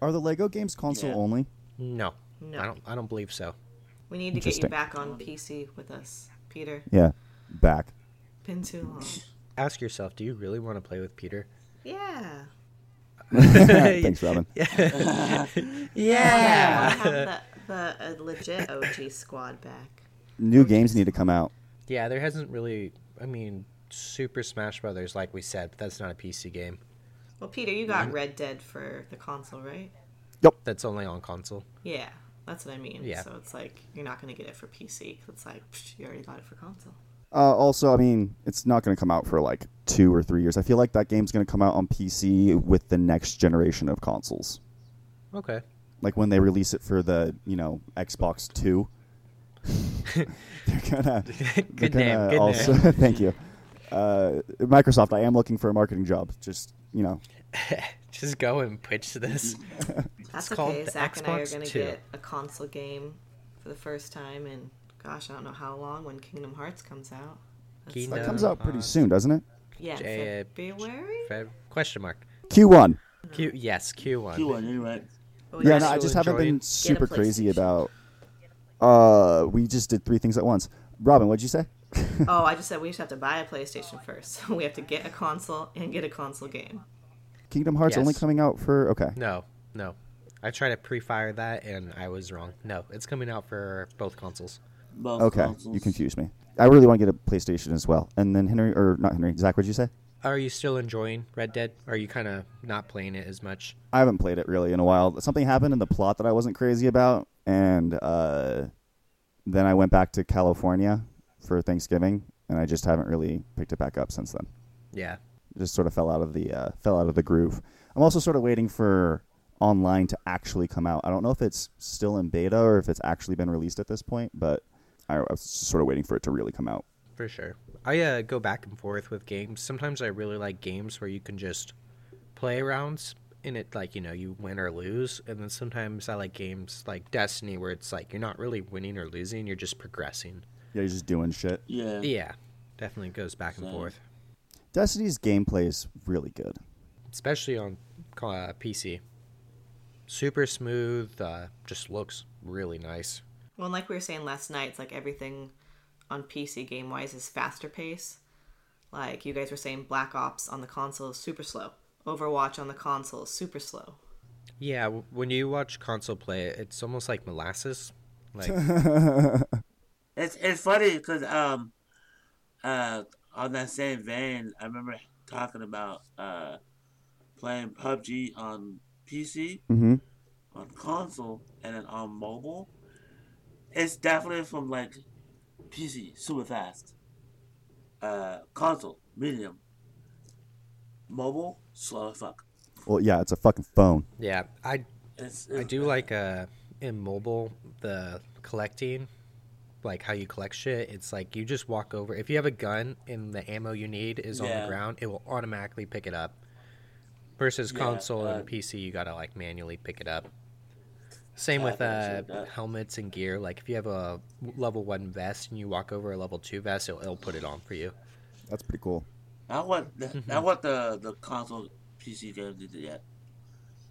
[SPEAKER 1] Are the Lego games console
[SPEAKER 3] Yeah.
[SPEAKER 1] only?
[SPEAKER 4] No,
[SPEAKER 5] No.
[SPEAKER 4] I don't. I don't believe so.
[SPEAKER 5] We need to get you
[SPEAKER 1] Interesting.
[SPEAKER 5] back on PC with us, Peter.
[SPEAKER 1] Yeah, back.
[SPEAKER 5] Been too long.
[SPEAKER 4] Ask yourself, do you really want to play with Peter?
[SPEAKER 5] Yeah.
[SPEAKER 1] Thanks, Robin.
[SPEAKER 5] Yeah. I wanna have the, the uh, legit OG squad back.
[SPEAKER 1] New games need to come out.
[SPEAKER 4] Yeah, there hasn't really. I mean, Super Smash Brothers, like we said, but that's not a PC game.
[SPEAKER 5] Well, Peter, you
[SPEAKER 4] Mm-hmm.
[SPEAKER 5] got Red Dead for the console, right?
[SPEAKER 4] That's only on console.
[SPEAKER 5] Yeah, that's what I mean.
[SPEAKER 4] Yeah.
[SPEAKER 5] So it's like you're not going to get it for PC. 'cause it's like psh, you already got it for console.
[SPEAKER 1] Uh, also, I mean, it's not going to come out for like two or three years. I feel like that game's going to come out on PC with the next generation of consoles.
[SPEAKER 4] Okay.
[SPEAKER 1] Like when they release it for the you know Xbox Two. they're gonna.
[SPEAKER 4] Good name.
[SPEAKER 1] gonna
[SPEAKER 4] Good
[SPEAKER 1] uh, also,
[SPEAKER 4] name.
[SPEAKER 1] thank you, uh, Microsoft. I am looking for a marketing job. Just you know,
[SPEAKER 4] Just go and pitch this.
[SPEAKER 5] That's
[SPEAKER 4] called
[SPEAKER 5] okay.
[SPEAKER 4] the
[SPEAKER 5] Zach and I are
[SPEAKER 4] Xbox
[SPEAKER 5] going to
[SPEAKER 4] Two.
[SPEAKER 5] get a console game for the first time in, gosh, I don't know how long when Kingdom Hearts comes out. That's
[SPEAKER 1] that
[SPEAKER 4] Kingdom-
[SPEAKER 1] comes out pretty
[SPEAKER 4] Uh,
[SPEAKER 1] soon, doesn't it?
[SPEAKER 5] yeah,
[SPEAKER 4] J-
[SPEAKER 5] February?
[SPEAKER 4] Feb- Question mark.
[SPEAKER 1] Q one.
[SPEAKER 4] Q. Yes. Q one.
[SPEAKER 3] You won, you're right.
[SPEAKER 5] Oh,
[SPEAKER 1] Yeah,
[SPEAKER 5] yeah.
[SPEAKER 1] no, I
[SPEAKER 4] still
[SPEAKER 1] just haven't
[SPEAKER 4] enjoy
[SPEAKER 1] been
[SPEAKER 4] it.
[SPEAKER 1] super
[SPEAKER 5] PlayStation.
[SPEAKER 1] crazy about. Uh, we just did three things at once. Robin, what'd you say?
[SPEAKER 5] oh, I just said we just have to buy a PlayStation first. So we have to get a console and get a console game.
[SPEAKER 1] Kingdom Hearts only
[SPEAKER 4] Yes.
[SPEAKER 1] coming out for okay.
[SPEAKER 4] No, no. I tried to pre-fire that and I was wrong. No, it's coming out for both consoles.
[SPEAKER 3] Both
[SPEAKER 1] Okay,
[SPEAKER 3] consoles.
[SPEAKER 1] you confused me. I really want to get a PlayStation as well. And then Henry, or not Henry, Zach, what'd you say?
[SPEAKER 4] Are you still enjoying Red Dead? Are you kind of not playing it as much?
[SPEAKER 1] I haven't played it really in a while. Something happened in the plot that I wasn't crazy about, and uh, then I went back to California for Thanksgiving, and I just haven't really picked it back up since then.
[SPEAKER 4] Yeah.
[SPEAKER 1] just sort of fell out of the uh, fell out of the groove. I'm also sort of waiting for online to actually come out. I don't know if it's still in beta or if it's actually been released at this point, but I, I was just sort of waiting for it to really come out.
[SPEAKER 4] For sure. I uh, go back and forth with games. Sometimes I really like games where you can just play rounds and it like, you know, you win or lose. And then sometimes I like games like Destiny where it's like you're not really winning or losing, you're just progressing.
[SPEAKER 1] Yeah, you're just doing shit.
[SPEAKER 3] Yeah.
[SPEAKER 4] Yeah. Definitely goes back and
[SPEAKER 3] Same.
[SPEAKER 4] forth,
[SPEAKER 1] Destiny's gameplay is really good.
[SPEAKER 4] especially on uh, PC. Super smooth, uh, just looks really nice.
[SPEAKER 5] Well, and like we were saying last night, it's like everything on PC game wise is faster pace. Like you guys were saying, Black Ops on the console is super slow. Overwatch on the console is super slow.
[SPEAKER 4] Yeah, w- when you watch console play, it's almost like molasses. Like
[SPEAKER 3] It's it's funny because um, uh, on that same vein, I remember talking about uh, playing PUBG on PC,
[SPEAKER 1] mm-hmm.
[SPEAKER 3] on console, and then on mobile. It's definitely from like PC super fast, uh, console medium, mobile slow as fuck.
[SPEAKER 1] Well, yeah, it's a fucking phone.
[SPEAKER 4] yeah, I
[SPEAKER 3] It's,
[SPEAKER 4] I
[SPEAKER 3] it's-
[SPEAKER 4] do like uh in mobile the collecting, like how you collect shit. It's like you just walk over. If you have a gun and the ammo you need is on
[SPEAKER 3] Yeah.
[SPEAKER 4] the ground, it will automatically pick it up. Versus
[SPEAKER 3] Yeah,
[SPEAKER 4] console
[SPEAKER 3] uh,
[SPEAKER 4] and PC, you gotta like manually pick it up. Same
[SPEAKER 3] Yeah,
[SPEAKER 4] with
[SPEAKER 3] I
[SPEAKER 4] uh,
[SPEAKER 3] appreciate that.
[SPEAKER 4] helmets and gear. Like if you have a level one vest and you walk over a level two vest, it'll, it'll put it on for you.
[SPEAKER 1] That's pretty cool.
[SPEAKER 3] Not what the, not what the the console PC games did yet.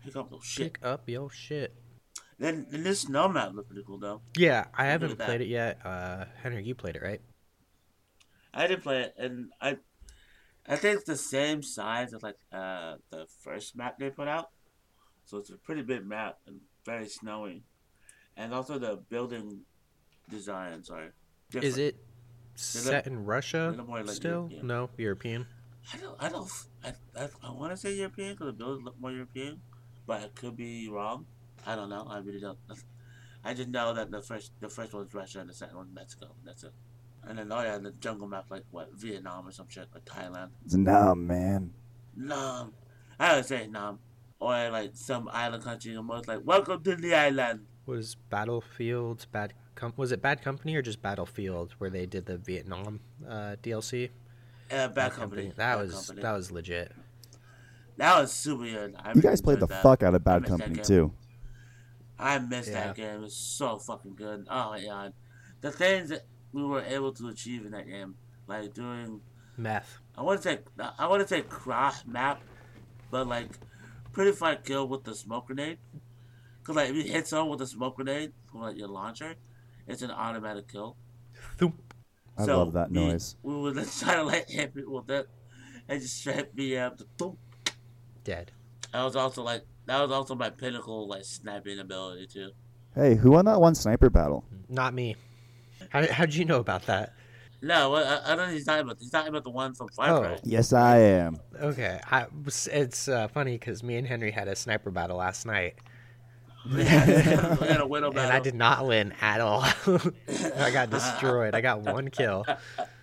[SPEAKER 3] Pick up those shit.
[SPEAKER 4] Pick up yo shit.
[SPEAKER 3] Then then this snow map looked pretty cool though.
[SPEAKER 4] Yeah, I
[SPEAKER 3] do
[SPEAKER 4] haven't
[SPEAKER 3] that.
[SPEAKER 4] played it yet. Uh, Henry, you played it, right?
[SPEAKER 3] I did play it, and I, I think it's the same size as like uh the first map they put out, so it's a pretty big map and very snowy, and also the building design. Sorry,
[SPEAKER 4] Is it
[SPEAKER 3] They're
[SPEAKER 4] set in Russia
[SPEAKER 3] they're more like
[SPEAKER 4] still?
[SPEAKER 3] European.
[SPEAKER 4] No, European.
[SPEAKER 3] I don't. I don't. I, I, I want to say European because the buildings look more European, but I could be wrong. I don't know. I really don't. I just know that the first the first one's Russia and the second one's Mexico. That's it. And then oh yeah, the jungle map like what Vietnam or some shit or Thailand.
[SPEAKER 1] It's nah, man.
[SPEAKER 3] Nam. I would say Nam. Or like some island country and most like, Welcome to the island.
[SPEAKER 4] Was Battlefield bad? Com- was it Bad Company or just Battlefield where they did the Vietnam uh, DLC?
[SPEAKER 3] Uh, bad company.
[SPEAKER 4] That
[SPEAKER 3] Bad
[SPEAKER 4] was
[SPEAKER 3] company.
[SPEAKER 4] that was legit.
[SPEAKER 3] that was super good. I
[SPEAKER 1] You
[SPEAKER 3] really
[SPEAKER 1] guys played the
[SPEAKER 3] enjoyed that.
[SPEAKER 1] fuck out of
[SPEAKER 3] I
[SPEAKER 1] Bad
[SPEAKER 3] missed that
[SPEAKER 1] Company
[SPEAKER 3] game.
[SPEAKER 1] too.
[SPEAKER 3] I missed
[SPEAKER 4] Yeah.
[SPEAKER 3] that game. It's so fucking good. Oh my god. The things that we were able to achieve in that game, like doing
[SPEAKER 4] Meth.
[SPEAKER 3] I want to say I want to say cross map, but like pretty fight kill with the smoke grenade. Cause like if you hit someone with a smoke grenade from like your launcher, it's an automatic kill.
[SPEAKER 4] Thump.
[SPEAKER 1] I love that
[SPEAKER 3] we-
[SPEAKER 1] noise.
[SPEAKER 3] We would just try to like hit people with it and just straight me up. Boom.
[SPEAKER 4] Dead.
[SPEAKER 3] That was also like that was also my pinnacle like sniping ability too.
[SPEAKER 1] Hey, who won that one sniper battle?
[SPEAKER 4] Not me. How how'd you know about that?
[SPEAKER 3] No, I, I- I don't think he's talking about he's talking about the one from Far
[SPEAKER 4] Oh.
[SPEAKER 3] Cry.
[SPEAKER 1] Yes, I am.
[SPEAKER 4] Okay, I, it's uh, funny because me and Henry had a sniper battle last night,
[SPEAKER 3] we had a widow
[SPEAKER 4] and I
[SPEAKER 3] battle.
[SPEAKER 4] did not win at all. I got destroyed. I got one kill.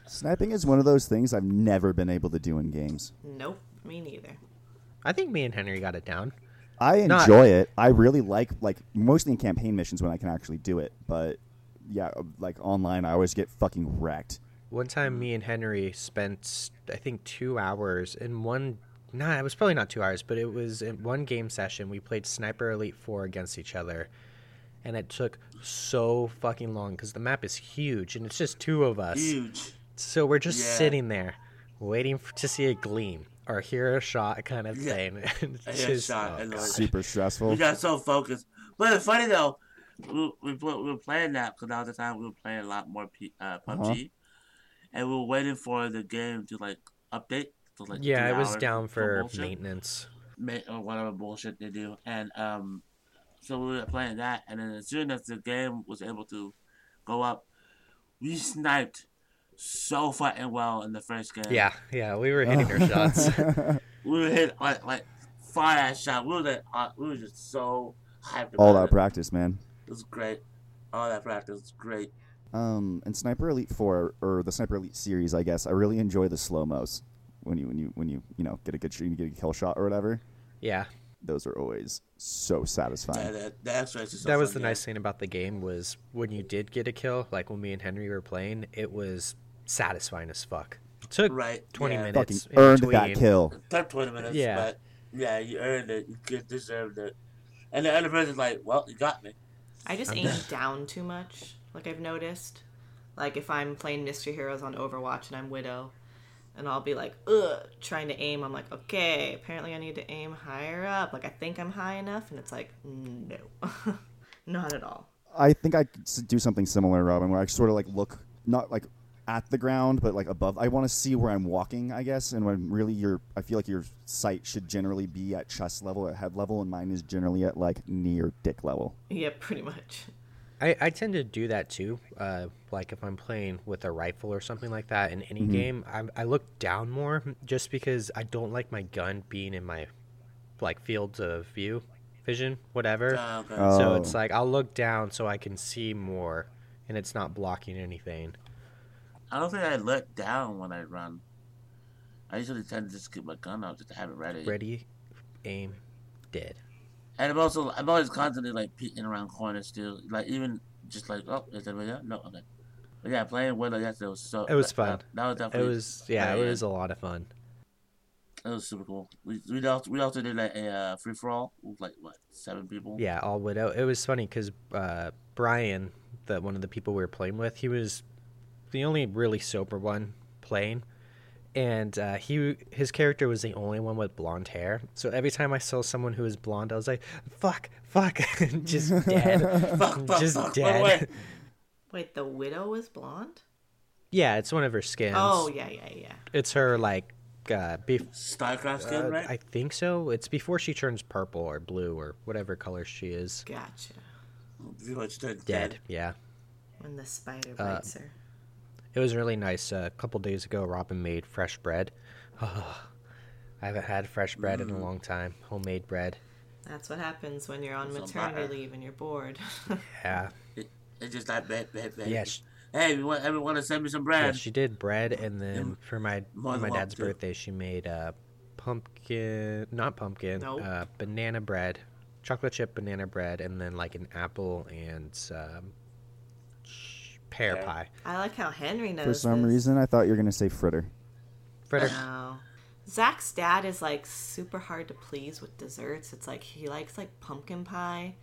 [SPEAKER 1] Sniping is one of those things I've never been able to do in games.
[SPEAKER 5] Nope, me neither.
[SPEAKER 4] I think me and Henry got it down.
[SPEAKER 1] I
[SPEAKER 4] Not-
[SPEAKER 1] enjoy it. I really like like mostly in campaign missions when I can actually do it, but yeah, like online I always get fucking wrecked.
[SPEAKER 4] One
[SPEAKER 3] Mm.
[SPEAKER 4] time, me and Henry spent, I think, two hours in one. Nah, it was probably not two hours, but it was in one game session. We played Sniper Elite 4 against each other, and it took so fucking long because the map is huge and it's just two of us.
[SPEAKER 3] Huge.
[SPEAKER 4] So we're just
[SPEAKER 3] Yeah.
[SPEAKER 4] sitting there waiting f to see a gleam or hear a shot kind of
[SPEAKER 3] Yeah.
[SPEAKER 4] thing. It's
[SPEAKER 3] I hear a
[SPEAKER 4] just,
[SPEAKER 3] shot.
[SPEAKER 4] oh,
[SPEAKER 3] and
[SPEAKER 4] God.
[SPEAKER 3] like,
[SPEAKER 1] Super
[SPEAKER 3] we
[SPEAKER 1] stressful.
[SPEAKER 3] got so focused. But it's funny though, we, we, pl- we were playing that because at the time we were playing a lot more P, uh, PUBG, and we were waiting for the game to like update. So, like,
[SPEAKER 4] yeah,
[SPEAKER 3] two
[SPEAKER 4] it was
[SPEAKER 3] hours
[SPEAKER 4] down for
[SPEAKER 3] bullshit.
[SPEAKER 4] maintenance.
[SPEAKER 3] ma- or whatever bullshit they do. And um, so we were playing that, and then as soon as the game was able to go up, we sniped so fucking well in the first game.
[SPEAKER 4] Yeah, yeah, we were hitting our shots.
[SPEAKER 3] we were hit like like fire ass shot. We were like, uh, we were just so hyped.
[SPEAKER 1] All
[SPEAKER 3] about
[SPEAKER 1] that
[SPEAKER 3] it.
[SPEAKER 1] practice, man.
[SPEAKER 3] It was great. All that practice was great.
[SPEAKER 1] Um, and Sniper Elite Four or the Sniper Elite series, I guess. I really enjoy the slow mos when you when you when you you know get a good sh- you get a kill shot or whatever.
[SPEAKER 4] Yeah.
[SPEAKER 1] Those are always so
[SPEAKER 3] Yeah,
[SPEAKER 1] satisfying.
[SPEAKER 3] that, that, extra is just so
[SPEAKER 4] that was
[SPEAKER 3] fun,
[SPEAKER 4] the
[SPEAKER 3] yeah.
[SPEAKER 4] nice thing about the game was when you did get a kill, like when me and Henry were playing, it was satisfying as fuck. It took
[SPEAKER 3] Right,
[SPEAKER 4] 20
[SPEAKER 3] yeah.
[SPEAKER 1] Fucking
[SPEAKER 4] minutes. in
[SPEAKER 1] earned
[SPEAKER 4] between.
[SPEAKER 1] that kill.
[SPEAKER 3] Took 20 minutes,
[SPEAKER 4] Yeah.
[SPEAKER 3] but yeah, you earned it. You get- deserved it. And the other person's like, well, you got me.
[SPEAKER 5] I just aim down too much, like I've noticed. Like if I'm playing Mystery Heroes on Overwatch and I'm Widow, and I'll be like, ugh, trying to aim. I'm like, okay, apparently I need to aim higher up. Like I think I'm high enough, and it's like, no, not at all.
[SPEAKER 1] I think I could s- do something similar, Robin, where I sort of like look not like at the ground, but like above. I want to see where I'm walking, I guess. And when really your, I feel like your sight should generally be at chest level, at head level, and mine is generally at like knee or dick level.
[SPEAKER 5] Yeah, pretty much.
[SPEAKER 4] I, I tend to do that too. Uh, like if I'm playing with a rifle or something like that in any game, I, I look down more just because I don't like my gun being in my like fields of view, vision, whatever.
[SPEAKER 3] Ah, okay.
[SPEAKER 1] Oh.
[SPEAKER 4] So it's like I'll look down so I can see more, and it's not blocking anything.
[SPEAKER 1] Oh.
[SPEAKER 3] I don't think I look down when I run. I usually tend to just keep my gun out just to have it ready.
[SPEAKER 4] Ready, aim, dead.
[SPEAKER 3] And I'm also I'm always constantly like peeking around corners too. Like even just like oh is anybody there? No okay. But yeah, playing Willow yesterday was so.
[SPEAKER 4] It was
[SPEAKER 3] that-
[SPEAKER 4] fun.
[SPEAKER 3] That, that was
[SPEAKER 4] It
[SPEAKER 3] definitely.
[SPEAKER 4] was yeah, it
[SPEAKER 3] yeah.
[SPEAKER 4] was a lot of fun.
[SPEAKER 3] It was super cool. We we also, we also did like a uh, free for all with like what seven people.
[SPEAKER 4] Yeah, all widow. It was funny because uh, Brian, the one of the people we were playing with, he was the only really sober one playing, and uh, he his character was the only one with blonde hair. So every time I saw someone who was blonde, I was like, "Fuck, fuck," just dead,
[SPEAKER 3] Fuck, fuck,
[SPEAKER 4] just
[SPEAKER 3] fuck, run away.
[SPEAKER 4] dead.
[SPEAKER 5] Wait, the widow was blonde?
[SPEAKER 4] Yeah, it's one of her skins.
[SPEAKER 5] Oh yeah, yeah, yeah.
[SPEAKER 4] it's her like. Uh, bef-
[SPEAKER 3] Starcraft skin,
[SPEAKER 4] uh,
[SPEAKER 3] right?
[SPEAKER 4] I think so. It's before she turns purple or blue or whatever color she is.
[SPEAKER 5] Gotcha.
[SPEAKER 3] You know, it's dead.
[SPEAKER 4] Dead. Yeah.
[SPEAKER 5] When the spider
[SPEAKER 1] Uh,
[SPEAKER 5] bites her.
[SPEAKER 4] It was really nice. Uh, a couple days ago, Robin made fresh bread. I haven't had fresh bread in a long time. Homemade bread.
[SPEAKER 5] That's what happens when you're on
[SPEAKER 3] It's a
[SPEAKER 5] maternity
[SPEAKER 3] liar.
[SPEAKER 5] leave and you're bored.
[SPEAKER 4] Yeah.
[SPEAKER 3] It, it's just like bad, bad, bad.
[SPEAKER 4] Yes.
[SPEAKER 3] Hey, you want everyone to send me some bread?
[SPEAKER 4] yeah. She did bread, and then for my
[SPEAKER 3] More
[SPEAKER 4] for my
[SPEAKER 3] than
[SPEAKER 4] dad's
[SPEAKER 3] welcome.
[SPEAKER 4] birthday, she made uh, pumpkin, not pumpkin,
[SPEAKER 5] Nope.
[SPEAKER 4] uh, banana bread, chocolate chip banana bread, and then like an apple and um, sh- pear
[SPEAKER 3] Pear.
[SPEAKER 4] pie.
[SPEAKER 5] I like how Henry knows.
[SPEAKER 1] For some
[SPEAKER 5] this.
[SPEAKER 1] reason, I thought you were gonna say fritter.
[SPEAKER 4] Fritter.
[SPEAKER 5] No. Zach's dad is like super hard to please with desserts. It's like he likes like pumpkin pie,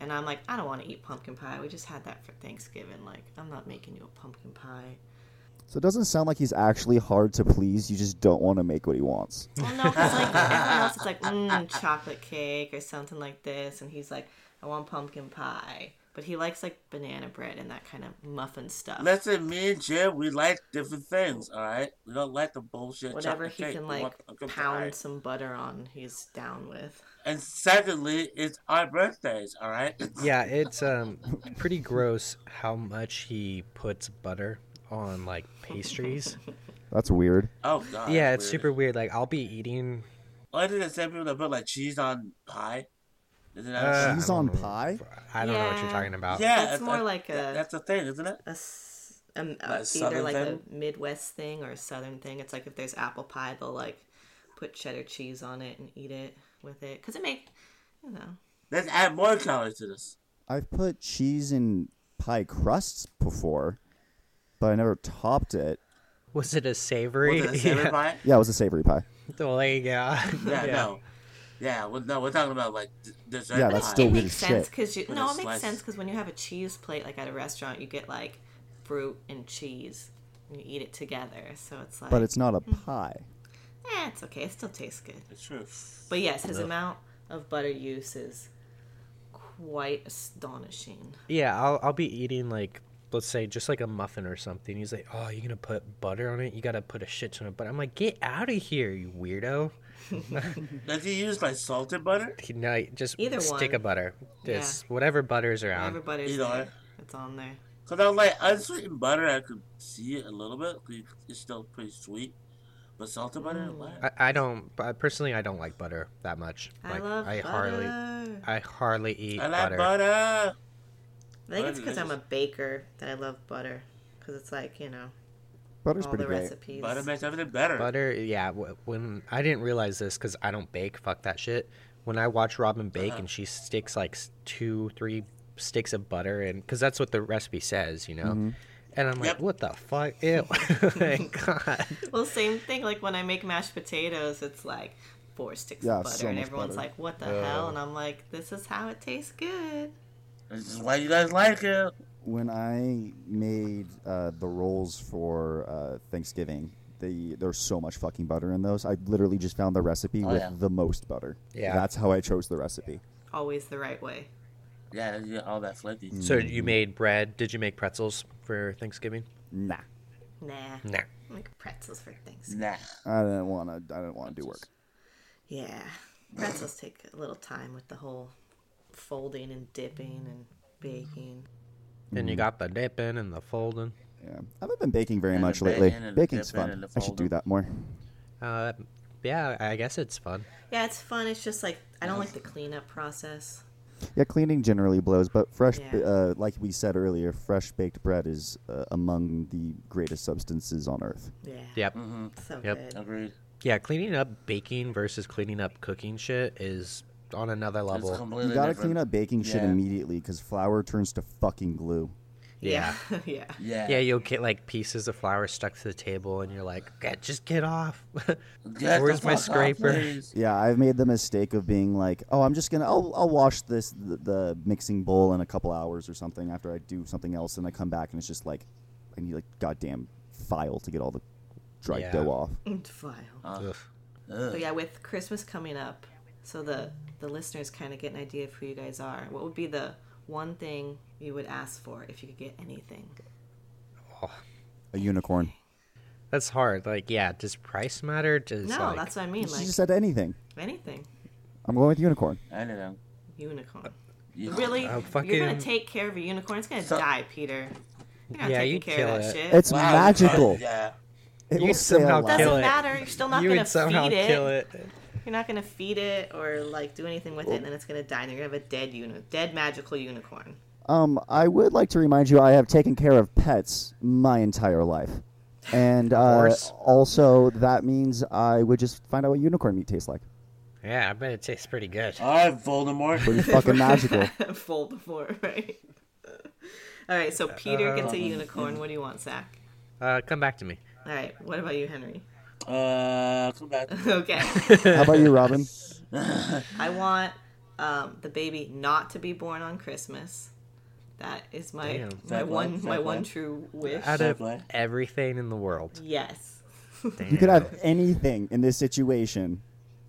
[SPEAKER 5] and I'm like, I don't want to eat pumpkin pie. We just had that for Thanksgiving. Like, I'm not making you a pumpkin pie.
[SPEAKER 1] So it doesn't sound like he's actually hard to please. You just don't want to make what he wants.
[SPEAKER 5] Well, no, because like everyone else is like, mm, chocolate cake or something like this, and he's like, I want pumpkin pie. But he likes like banana bread and that kind of muffin stuff.
[SPEAKER 3] Listen, me and Jim, we like different things, all right? We don't like the bullshit.
[SPEAKER 5] Whatever
[SPEAKER 3] chocolate
[SPEAKER 5] he
[SPEAKER 3] cake.
[SPEAKER 5] can
[SPEAKER 3] We
[SPEAKER 5] like
[SPEAKER 3] want fucking
[SPEAKER 5] pound
[SPEAKER 3] pie.
[SPEAKER 5] some butter on, he's down with.
[SPEAKER 3] And secondly, it's our birthdays, all right?
[SPEAKER 4] Yeah, it's um pretty gross how much he puts butter on like pastries.
[SPEAKER 1] That's weird.
[SPEAKER 3] oh god.
[SPEAKER 4] yeah,
[SPEAKER 3] that's
[SPEAKER 4] it's
[SPEAKER 3] weird.
[SPEAKER 4] super weird. Like I'll be eating
[SPEAKER 3] Why did the same people that put like cheese on pie? Isn't that
[SPEAKER 4] Uh,
[SPEAKER 1] Cheese
[SPEAKER 4] I don't
[SPEAKER 1] on
[SPEAKER 4] know.
[SPEAKER 1] pie?
[SPEAKER 4] I don't know what you're
[SPEAKER 5] Yeah.
[SPEAKER 4] talking about.
[SPEAKER 3] yeah,
[SPEAKER 5] That's more like a-
[SPEAKER 3] That's a thing, isn't it?
[SPEAKER 5] a s- um, uh,
[SPEAKER 3] Like a
[SPEAKER 5] either
[SPEAKER 3] southern
[SPEAKER 5] like
[SPEAKER 3] thing?
[SPEAKER 5] a Midwest thing or a Southern thing. It's like if there's apple pie, they'll like put cheddar cheese on it and eat it with it because it make you know.
[SPEAKER 3] Let's add more calories to this.
[SPEAKER 1] I've put cheese in pie crusts before, but I never topped it.
[SPEAKER 4] Was it a savory?
[SPEAKER 3] Was it a salmon
[SPEAKER 4] yeah.
[SPEAKER 3] pie?
[SPEAKER 1] Yeah, it was a savory pie.
[SPEAKER 4] Well, there you go.
[SPEAKER 3] Yeah, no. Yeah, well, no, we're talking about like d- dessert
[SPEAKER 1] Yeah,
[SPEAKER 3] pie.
[SPEAKER 1] that's still
[SPEAKER 5] it
[SPEAKER 1] weird
[SPEAKER 5] makes
[SPEAKER 1] as
[SPEAKER 5] sense
[SPEAKER 1] shit.
[SPEAKER 5] because you
[SPEAKER 3] With
[SPEAKER 5] no,
[SPEAKER 3] a
[SPEAKER 5] it makes
[SPEAKER 3] slice.
[SPEAKER 5] sense because when you have a cheese plate like at a restaurant, you get like fruit and cheese and you eat it together. So it's like,
[SPEAKER 1] But it's not a pie.
[SPEAKER 5] eh, it's okay. It still tastes good.
[SPEAKER 3] It's true.
[SPEAKER 5] But yes, his amount of butter use is quite astonishing.
[SPEAKER 4] yeah, I'll I'll be eating like let's say just like a muffin or something. He's like, "Oh, you're gonna put butter on it? You gotta put a shit ton of butter." I'm like, "Get out of here, you weirdo!"
[SPEAKER 3] Does he use like salted butter?
[SPEAKER 4] He- No, just
[SPEAKER 5] Either
[SPEAKER 4] stick
[SPEAKER 5] one.
[SPEAKER 4] a butter. Just whatever butter's around.
[SPEAKER 5] Everybody's
[SPEAKER 3] Either
[SPEAKER 5] there.
[SPEAKER 3] way.
[SPEAKER 5] It's on there.
[SPEAKER 3] Cause I was like unsweetened butter, I could see it a little bit. 'cause It's still pretty sweet, but salted butter, what?
[SPEAKER 4] Mm. I, I don't. I personally, I don't like butter that much. Like,
[SPEAKER 5] I love butter.
[SPEAKER 4] hardly, I hardly eat
[SPEAKER 3] I like
[SPEAKER 4] butter.
[SPEAKER 3] butter.
[SPEAKER 5] I think it's
[SPEAKER 3] Butter
[SPEAKER 5] because
[SPEAKER 3] is-
[SPEAKER 5] I'm a baker that I love butter. Because it's like, you know,
[SPEAKER 1] Butter's
[SPEAKER 5] all
[SPEAKER 1] pretty
[SPEAKER 5] the
[SPEAKER 1] great.
[SPEAKER 5] recipes.
[SPEAKER 3] Butter makes everything better.
[SPEAKER 4] Butter, yeah. wh- When I didn't realize this because I don't bake, fuck that shit. When I watch Robin bake and she sticks like s- two, three sticks of butter, and because that's what the recipe says, you know. And I'm like,
[SPEAKER 3] Yep.
[SPEAKER 4] what the fuck? Ew! God.
[SPEAKER 5] Well, same thing. Like when I make mashed potatoes, it's like four sticks
[SPEAKER 1] Yeah,
[SPEAKER 5] of butter,
[SPEAKER 1] so
[SPEAKER 5] and
[SPEAKER 1] much
[SPEAKER 5] everyone's
[SPEAKER 1] butter.
[SPEAKER 5] like, "What the hell?" And I'm like, "This is how it tastes good."
[SPEAKER 3] This is why you guys like it.
[SPEAKER 1] when I made uh, the rolls for uh, Thanksgiving, they there's so much fucking butter in those. I literally just found the recipe
[SPEAKER 3] Oh,
[SPEAKER 1] with
[SPEAKER 3] yeah.
[SPEAKER 1] the most butter.
[SPEAKER 4] Yeah.
[SPEAKER 1] that's how I chose the recipe.
[SPEAKER 5] Always the right way.
[SPEAKER 3] Yeah,
[SPEAKER 1] Mm.
[SPEAKER 3] you get all that flaky.
[SPEAKER 4] Mm. so you made bread? Did you make pretzels for Thanksgiving?
[SPEAKER 1] Nah,
[SPEAKER 5] Nah.
[SPEAKER 4] Nah.
[SPEAKER 5] Make pretzels for things.
[SPEAKER 3] Nah.
[SPEAKER 1] I didn't want to. I didn't want to do work.
[SPEAKER 5] Yeah. Pretzels take a little time with the whole folding and dipping and baking.
[SPEAKER 4] And you got the dipping and the folding.
[SPEAKER 1] Yeah, I haven't been baking very
[SPEAKER 3] And
[SPEAKER 1] much
[SPEAKER 3] the
[SPEAKER 1] lately.
[SPEAKER 3] bacon and the
[SPEAKER 1] Baking's
[SPEAKER 3] dipping and
[SPEAKER 1] fun.
[SPEAKER 3] the
[SPEAKER 1] I should do
[SPEAKER 3] folding.
[SPEAKER 1] that more.
[SPEAKER 4] Uh, yeah, I guess it's fun.
[SPEAKER 5] Yeah, it's fun. It's just like I don't like the cleanup process.
[SPEAKER 1] Yeah, cleaning generally blows, but fresh,
[SPEAKER 5] Yeah.
[SPEAKER 1] b uh, like we said earlier, fresh baked bread is uh, among the greatest substances on earth.
[SPEAKER 5] Yeah.
[SPEAKER 4] Yep.
[SPEAKER 5] So
[SPEAKER 4] Yep.
[SPEAKER 5] good.
[SPEAKER 3] Agreed.
[SPEAKER 4] Yeah, cleaning up baking versus cleaning up cooking shit is on another
[SPEAKER 3] It's
[SPEAKER 4] level.
[SPEAKER 3] completely
[SPEAKER 1] You gotta
[SPEAKER 3] different.
[SPEAKER 1] clean up baking shit
[SPEAKER 3] Yeah.
[SPEAKER 1] immediately because flour turns to fucking glue.
[SPEAKER 5] Yeah. yeah.
[SPEAKER 3] Yeah.
[SPEAKER 4] Yeah, you'll get like pieces of flour stuck to the table, and you're like, "Get- just get off.
[SPEAKER 3] Get the
[SPEAKER 4] Where's
[SPEAKER 3] fuck
[SPEAKER 4] my
[SPEAKER 3] off,
[SPEAKER 4] scraper?
[SPEAKER 3] please.
[SPEAKER 1] Yeah, I've made the mistake of being like, oh, I'm just gonna, I'll, I'll wash this the, the mixing bowl in a couple hours or something after I do something else, and I come back and it's just like, I need like goddamn file to get all the dry
[SPEAKER 4] Yeah.
[SPEAKER 1] dough off.
[SPEAKER 5] File.
[SPEAKER 4] Ugh. Oh,
[SPEAKER 5] But yeah, with Christmas coming up, so the the listeners kind of get an idea of who you guys are. What would be the one thing you would ask for if you could get anything?
[SPEAKER 1] A unicorn.
[SPEAKER 4] That's hard. Like, yeah, does price matter? Does
[SPEAKER 5] no,
[SPEAKER 4] like,
[SPEAKER 5] that's what I mean.
[SPEAKER 1] She
[SPEAKER 5] Like
[SPEAKER 1] just said anything.
[SPEAKER 5] anything,
[SPEAKER 1] I'm going with unicorn.
[SPEAKER 3] I don't know.
[SPEAKER 5] unicorn.
[SPEAKER 3] You-
[SPEAKER 4] Oh,
[SPEAKER 5] Really, you're gonna
[SPEAKER 4] Uh, fucking-
[SPEAKER 5] take care of a unicorn. It's gonna
[SPEAKER 3] So-
[SPEAKER 5] die, Peter. You're not
[SPEAKER 4] Yeah,
[SPEAKER 5] taking
[SPEAKER 4] you'd
[SPEAKER 5] care
[SPEAKER 4] kill
[SPEAKER 5] of
[SPEAKER 4] it.
[SPEAKER 5] that shit.
[SPEAKER 1] It's
[SPEAKER 3] Wow,
[SPEAKER 1] magical.
[SPEAKER 3] Yeah.
[SPEAKER 1] It
[SPEAKER 4] You
[SPEAKER 1] will stay
[SPEAKER 4] somehow
[SPEAKER 1] alive.
[SPEAKER 5] doesn't
[SPEAKER 4] kill it.
[SPEAKER 5] matter. You're still not
[SPEAKER 4] you
[SPEAKER 5] gonna
[SPEAKER 4] would somehow
[SPEAKER 5] feed it.
[SPEAKER 4] kill it.
[SPEAKER 5] You're not gonna feed it or like do anything with it, and then it's gonna die. And you're gonna have a dead uni- dead magical unicorn.
[SPEAKER 1] Um, I would like to remind you I have taken care of pets my entire life. And uh,
[SPEAKER 4] course.
[SPEAKER 1] also, that means I would just find out what unicorn meat tastes like.
[SPEAKER 4] Yeah, I bet it tastes pretty good.
[SPEAKER 1] Uh,
[SPEAKER 3] All right, Voldemort.
[SPEAKER 1] Pretty fucking magical.
[SPEAKER 5] Full before, right? All right, so Peter gets a
[SPEAKER 3] Uh,
[SPEAKER 5] unicorn. What do you want, Zach?
[SPEAKER 4] Uh, come back to me.
[SPEAKER 5] All right, what about you, Henry?
[SPEAKER 3] Uh, come back.
[SPEAKER 5] Okay,
[SPEAKER 1] How about you, Robin?
[SPEAKER 5] I want um, the baby not to be born on Christmas. That is my
[SPEAKER 4] Damn.
[SPEAKER 5] my
[SPEAKER 3] Zach
[SPEAKER 5] one
[SPEAKER 3] what?
[SPEAKER 5] my
[SPEAKER 3] Zach
[SPEAKER 5] one
[SPEAKER 3] what?
[SPEAKER 5] true wish.
[SPEAKER 4] Out of
[SPEAKER 3] Subway.
[SPEAKER 4] everything in the world,
[SPEAKER 5] Yes.
[SPEAKER 1] You could have anything in this situation.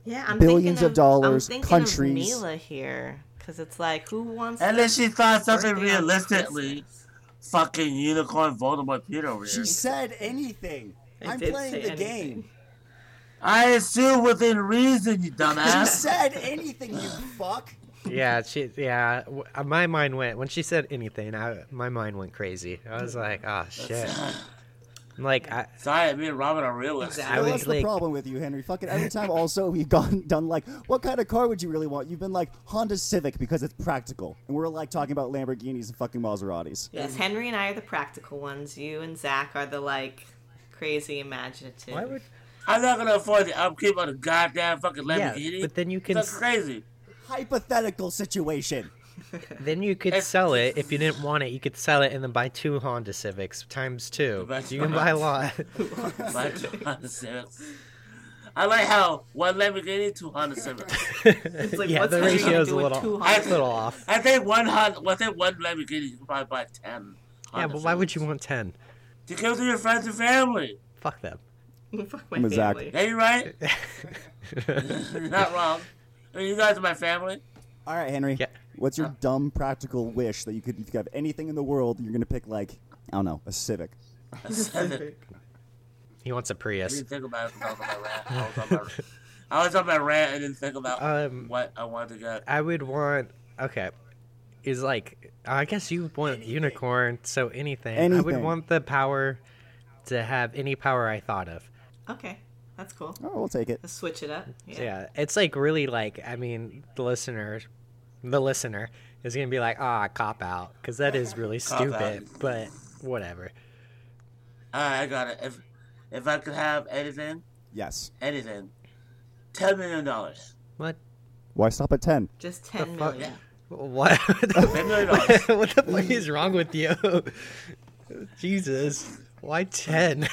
[SPEAKER 5] Yeah, I'm
[SPEAKER 1] Billions
[SPEAKER 5] thinking
[SPEAKER 1] of dollars,
[SPEAKER 5] I'm thinking
[SPEAKER 1] countries.
[SPEAKER 5] Of Mila here, because it's like, who wants?
[SPEAKER 3] At least she thought something
[SPEAKER 5] birthday on
[SPEAKER 3] realistically.
[SPEAKER 5] Christmas?
[SPEAKER 3] Fucking unicorn Voldemort Peter over here.
[SPEAKER 1] said anything.
[SPEAKER 5] I I'm did playing say the anything. game.
[SPEAKER 3] I assume within reason, you dumbass.
[SPEAKER 1] said anything, you fuck.
[SPEAKER 4] yeah, she, yeah. W- uh, my mind went when she said anything. I, my mind went crazy. I was like, oh shit. I'm like, I,
[SPEAKER 3] Sorry, me and Robin are realists.
[SPEAKER 5] Exactly.
[SPEAKER 4] I
[SPEAKER 1] Well,
[SPEAKER 4] was
[SPEAKER 1] that's the
[SPEAKER 4] like-
[SPEAKER 1] problem with you, Henry. Fucking every time. Also, we've gone done like, what kind of car would you really want? You've been like Honda Civic because it's practical, and we're like talking about Lamborghinis and fucking Maseratis.
[SPEAKER 5] Yes, Henry and I are the practical ones. You and Zach are the like crazy imaginative.
[SPEAKER 4] why would?
[SPEAKER 3] I'm not gonna afford the upkeep on a goddamn fucking
[SPEAKER 4] Yeah,
[SPEAKER 3] Lamborghini.
[SPEAKER 4] but then you can
[SPEAKER 3] That's
[SPEAKER 4] s-
[SPEAKER 3] crazy.
[SPEAKER 1] Hypothetical situation.
[SPEAKER 4] Then you could sell it if you didn't want it. You could sell it and then buy two Honda Civics times two.
[SPEAKER 3] That's
[SPEAKER 4] You can buy a lot.
[SPEAKER 3] My Honda Civics. I like how one Lamborghini, two Honda Civics.
[SPEAKER 5] It's like,
[SPEAKER 4] yeah,
[SPEAKER 5] what's
[SPEAKER 4] the
[SPEAKER 5] Henry gonna
[SPEAKER 4] ratio is
[SPEAKER 5] do
[SPEAKER 4] a
[SPEAKER 5] with
[SPEAKER 4] little,
[SPEAKER 5] two
[SPEAKER 4] a
[SPEAKER 5] Hondas?
[SPEAKER 4] little off.
[SPEAKER 3] I think one Honda, well, I think one Lamborghini, you can probably buy ten.
[SPEAKER 4] Yeah,
[SPEAKER 3] Honda
[SPEAKER 4] but why would
[SPEAKER 3] Civics.
[SPEAKER 4] you want ten?
[SPEAKER 3] To give to your friends and family.
[SPEAKER 4] Fuck them.
[SPEAKER 5] Fuck my
[SPEAKER 1] I'm a Zach.
[SPEAKER 5] family.
[SPEAKER 3] Yeah, you right. You're not wrong. I mean, you guys are my family.
[SPEAKER 1] All right, Henry.
[SPEAKER 4] Yeah.
[SPEAKER 1] What's your dumb practical wish that you could, if you could have anything in the world, you're gonna pick like, I don't know, a Civic.
[SPEAKER 3] I said it.
[SPEAKER 4] He wants a
[SPEAKER 3] I
[SPEAKER 4] Prius.
[SPEAKER 3] didn't think about it 'cause I was on my rant. I was on my, I was on my rant and didn't think about
[SPEAKER 4] Um,
[SPEAKER 3] what I wanted to get.
[SPEAKER 4] I would want. Okay, is like I guess you would want unicorn. So anything. I would
[SPEAKER 1] Anything.
[SPEAKER 4] want the power to have any power I thought of.
[SPEAKER 5] Okay, that's cool.
[SPEAKER 1] Oh, we'll take it.
[SPEAKER 5] Let's switch it up.
[SPEAKER 4] So, yeah, it's like really like I mean the listener, the listener is gonna be like ah cop out because that is really stupid.
[SPEAKER 3] out.
[SPEAKER 4] But whatever.
[SPEAKER 3] Alright, I got it. If if I could have anything,
[SPEAKER 1] Yes.
[SPEAKER 3] anything, ten million dollars.
[SPEAKER 4] What?
[SPEAKER 1] Why stop at ten?
[SPEAKER 5] Just ten
[SPEAKER 4] fuck?
[SPEAKER 5] million.
[SPEAKER 4] What?
[SPEAKER 3] Ten million dollars.
[SPEAKER 4] what the fuck is wrong with you? Jesus. Why 10?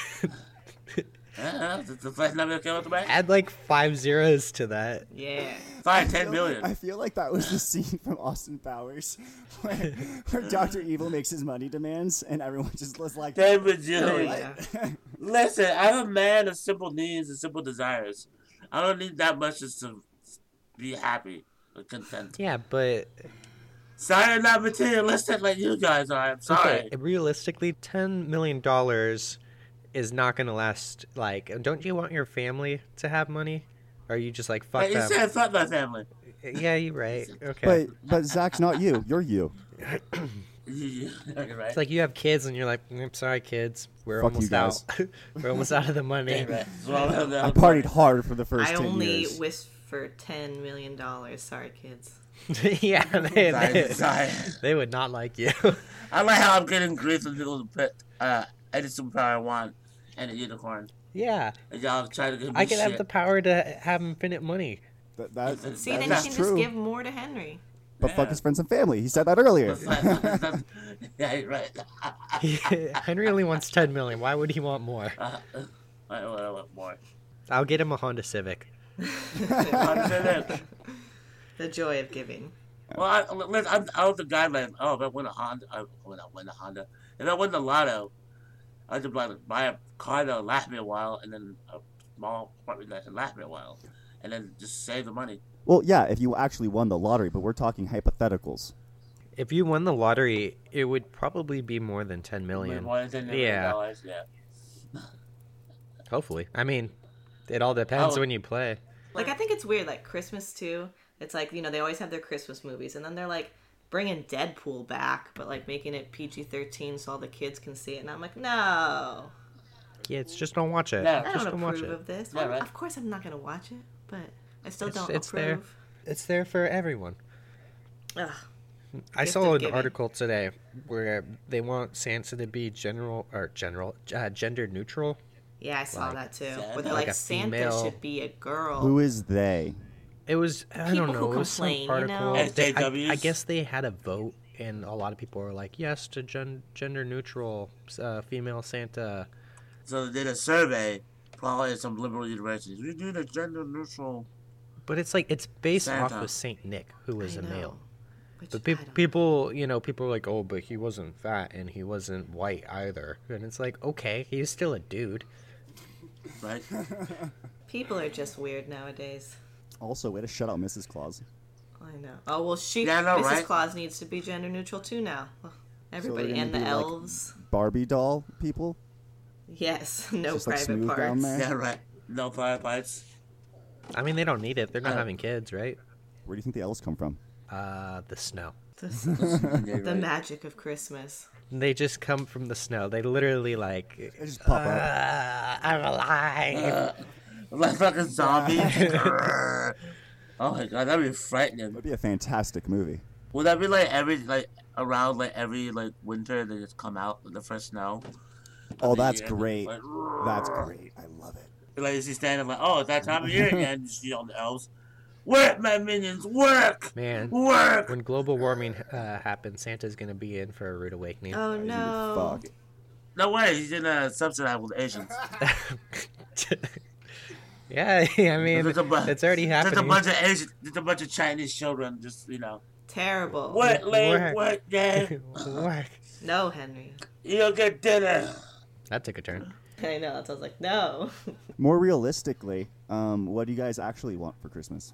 [SPEAKER 3] I don't know, that's the first number that came up to my head.
[SPEAKER 4] Add like five zeros to that.
[SPEAKER 5] Yeah.
[SPEAKER 3] Fine, ten
[SPEAKER 1] feel-
[SPEAKER 3] million.
[SPEAKER 1] I feel like that was the scene from Austin Powers where, where Dr. Evil makes his money demands and everyone just was like,
[SPEAKER 3] David Jr.
[SPEAKER 5] Oh, yeah.
[SPEAKER 3] Listen, I'm a man of simple needs and simple desires. I don't need that much just to be happy or content.
[SPEAKER 4] Yeah, but
[SPEAKER 3] Sorry, I'm not materialistic like you guys are. I'm sorry.
[SPEAKER 4] okay, realistically, $10 million is not going to last. Like, don't you want your family to have money? Or are you just like fuck
[SPEAKER 3] Like,
[SPEAKER 4] them?
[SPEAKER 3] it's, it's not my family.
[SPEAKER 4] Yeah, you're right. Okay.
[SPEAKER 1] But but Zach's not you. You're you.
[SPEAKER 3] right?
[SPEAKER 4] It's like you have kids and you're like, "Mm, I'm sorry, kids. We're
[SPEAKER 1] Fuck you
[SPEAKER 4] almost
[SPEAKER 1] guys."
[SPEAKER 4] out. We're almost out of the money.
[SPEAKER 3] So I'm gonna-
[SPEAKER 1] I partied hard for the first
[SPEAKER 5] I
[SPEAKER 1] ten
[SPEAKER 5] only
[SPEAKER 1] years.
[SPEAKER 5] wish for ten million dollars. Sorry, kids.
[SPEAKER 4] yeah, they,
[SPEAKER 3] Sorry,
[SPEAKER 4] they,
[SPEAKER 3] sorry.
[SPEAKER 4] they would not like you.
[SPEAKER 3] I like how I'm getting grief with people who put uh, any superpower I want and a unicorn.
[SPEAKER 4] yeah,
[SPEAKER 3] And y'all try to give me
[SPEAKER 4] I
[SPEAKER 3] shit.
[SPEAKER 4] could have the power to have infinite money.
[SPEAKER 1] Th- that-
[SPEAKER 5] See,
[SPEAKER 3] That's
[SPEAKER 5] then you
[SPEAKER 3] not
[SPEAKER 5] can
[SPEAKER 1] true.
[SPEAKER 5] just give more to Henry.
[SPEAKER 1] but
[SPEAKER 3] Yeah.
[SPEAKER 1] fuck his friends and family. He said that earlier.
[SPEAKER 3] yeah, you're right.
[SPEAKER 4] Henry only wants 10 million. Why would he want more?
[SPEAKER 3] I, I want more.
[SPEAKER 4] I'll get him a Honda Civic.
[SPEAKER 3] I'm saying that.
[SPEAKER 5] The joy of giving.
[SPEAKER 3] Well, I, listen, I'm, I was the guy like, oh, if I win a Honda, I, when I win a Honda, if I win the lotto, I just like buy a car that'll last me a while, and then a small apartment that can last me a while, and then just save the money.
[SPEAKER 1] Well, yeah, if you actually won the lottery, but we're talking hypotheticals.
[SPEAKER 4] If you won the lottery, it would probably be more than 10
[SPEAKER 3] With
[SPEAKER 4] million.
[SPEAKER 3] more than $10 million
[SPEAKER 4] Yeah.
[SPEAKER 3] dollars, yeah.
[SPEAKER 4] Hopefully. I mean, it all depends
[SPEAKER 3] Oh.
[SPEAKER 4] when you play.
[SPEAKER 5] Like I think it's weird. Like Christmas too. It's like you know they always have their Christmas movies, and then they're like bringing Deadpool back, but like making it PG thirteen so all the kids can see it. And I'm like, no,
[SPEAKER 4] Kids, just don't watch it.
[SPEAKER 3] No. I
[SPEAKER 5] I
[SPEAKER 4] Just
[SPEAKER 5] don't
[SPEAKER 4] don't watch
[SPEAKER 5] approve
[SPEAKER 4] it.
[SPEAKER 5] of this.
[SPEAKER 3] Yeah,
[SPEAKER 5] Well,
[SPEAKER 3] right.
[SPEAKER 5] Of course I'm not gonna watch it, but I still
[SPEAKER 4] It's-
[SPEAKER 5] don't
[SPEAKER 4] it's there.
[SPEAKER 5] approve.
[SPEAKER 4] It's there for everyone.
[SPEAKER 5] Ugh.
[SPEAKER 4] I
[SPEAKER 5] Gift
[SPEAKER 4] saw
[SPEAKER 5] of
[SPEAKER 4] an
[SPEAKER 5] giving.
[SPEAKER 4] article today where they want Sansa to be general or general uh, gender neutral.
[SPEAKER 5] Yeah, I saw
[SPEAKER 4] Like,
[SPEAKER 5] that too.
[SPEAKER 3] Santa?
[SPEAKER 5] Where they're
[SPEAKER 4] Like
[SPEAKER 5] like,
[SPEAKER 4] a
[SPEAKER 5] Santa
[SPEAKER 4] female-
[SPEAKER 5] should be a girl.
[SPEAKER 1] Who is they?
[SPEAKER 4] It was I
[SPEAKER 5] People
[SPEAKER 4] don't know.
[SPEAKER 5] who
[SPEAKER 4] it was some
[SPEAKER 5] complain, you
[SPEAKER 4] article.
[SPEAKER 5] know?
[SPEAKER 4] They- I- I,
[SPEAKER 3] SJWs.
[SPEAKER 4] guess they had a vote, and a lot of people were like, "Yes to gen- gender neutral uh, female Santa."
[SPEAKER 3] So they did a survey, probably at some liberal universities. We do the gender neutral.
[SPEAKER 4] But it's like it's based off
[SPEAKER 3] Santa.
[SPEAKER 4] of Saint Nick, who was
[SPEAKER 5] I
[SPEAKER 4] a
[SPEAKER 5] know.
[SPEAKER 4] male.
[SPEAKER 5] Which
[SPEAKER 4] But
[SPEAKER 5] I
[SPEAKER 4] pe-
[SPEAKER 5] don't-
[SPEAKER 4] people, you know, people are like, "Oh, but he wasn't fat and he wasn't white either." And it's like, okay, he's still a dude.
[SPEAKER 3] Right?
[SPEAKER 5] people are just weird nowadays.
[SPEAKER 1] Also, way to shut out Mrs. Claus.
[SPEAKER 5] I know. Oh well, she
[SPEAKER 3] Yeah, I know,
[SPEAKER 5] Mrs.
[SPEAKER 3] right?
[SPEAKER 5] Claus needs to be gender neutral too now. Ugh, Everybody
[SPEAKER 1] gonna
[SPEAKER 5] and the
[SPEAKER 1] be, like,
[SPEAKER 5] elves.
[SPEAKER 1] Barbie doll people.
[SPEAKER 5] Yes, no
[SPEAKER 1] just, like,
[SPEAKER 5] private
[SPEAKER 1] smooth down
[SPEAKER 5] parts.
[SPEAKER 1] there.
[SPEAKER 3] Yeah, right. No fire fights.
[SPEAKER 4] I mean, they don't need it. They're not
[SPEAKER 3] Uh,
[SPEAKER 4] having kids, right?
[SPEAKER 1] Where do you think the elves come from?
[SPEAKER 4] Uh, the snow.
[SPEAKER 5] The,
[SPEAKER 3] Yeah,
[SPEAKER 5] the
[SPEAKER 3] right.
[SPEAKER 5] magic of Christmas.
[SPEAKER 4] They just come from the snow. They literally like.
[SPEAKER 1] They just pop up.
[SPEAKER 5] Uh,
[SPEAKER 4] "Ah, I'm alive.
[SPEAKER 3] Like fucking zombies. Grrr. oh my god, that'd be frightening.
[SPEAKER 1] That'd be a fantastic movie.
[SPEAKER 3] Would that be like every like around like every like winter they just come out with the first snow?
[SPEAKER 1] Oh, that's
[SPEAKER 3] Yeah,
[SPEAKER 1] great.
[SPEAKER 3] Like,
[SPEAKER 1] That's great. I love it.
[SPEAKER 3] like she's standing like, oh, it's that time of year again. You see all the elves. Work, my minions, work,
[SPEAKER 4] Man,
[SPEAKER 3] work.
[SPEAKER 4] when global warming uh, happens, Santa's gonna be in for a rude awakening.
[SPEAKER 5] Oh
[SPEAKER 1] He's
[SPEAKER 5] no.
[SPEAKER 1] gonna be
[SPEAKER 3] No way, he's in a subsidized with Asians.
[SPEAKER 4] yeah, I mean,
[SPEAKER 3] There's a bu-
[SPEAKER 4] it's already
[SPEAKER 3] There's a
[SPEAKER 4] happening.
[SPEAKER 3] bunch of Asian, there's a bunch of Chinese children just you know,
[SPEAKER 5] Terrible.
[SPEAKER 3] work, late,
[SPEAKER 4] Work.
[SPEAKER 3] work, yeah.
[SPEAKER 4] Work.
[SPEAKER 5] No, Henry.
[SPEAKER 3] You'll get dinner.
[SPEAKER 4] That took a turn.
[SPEAKER 5] I know. That sounds like no.
[SPEAKER 1] fucked. More realistically, um, what do you guys actually want for Christmas,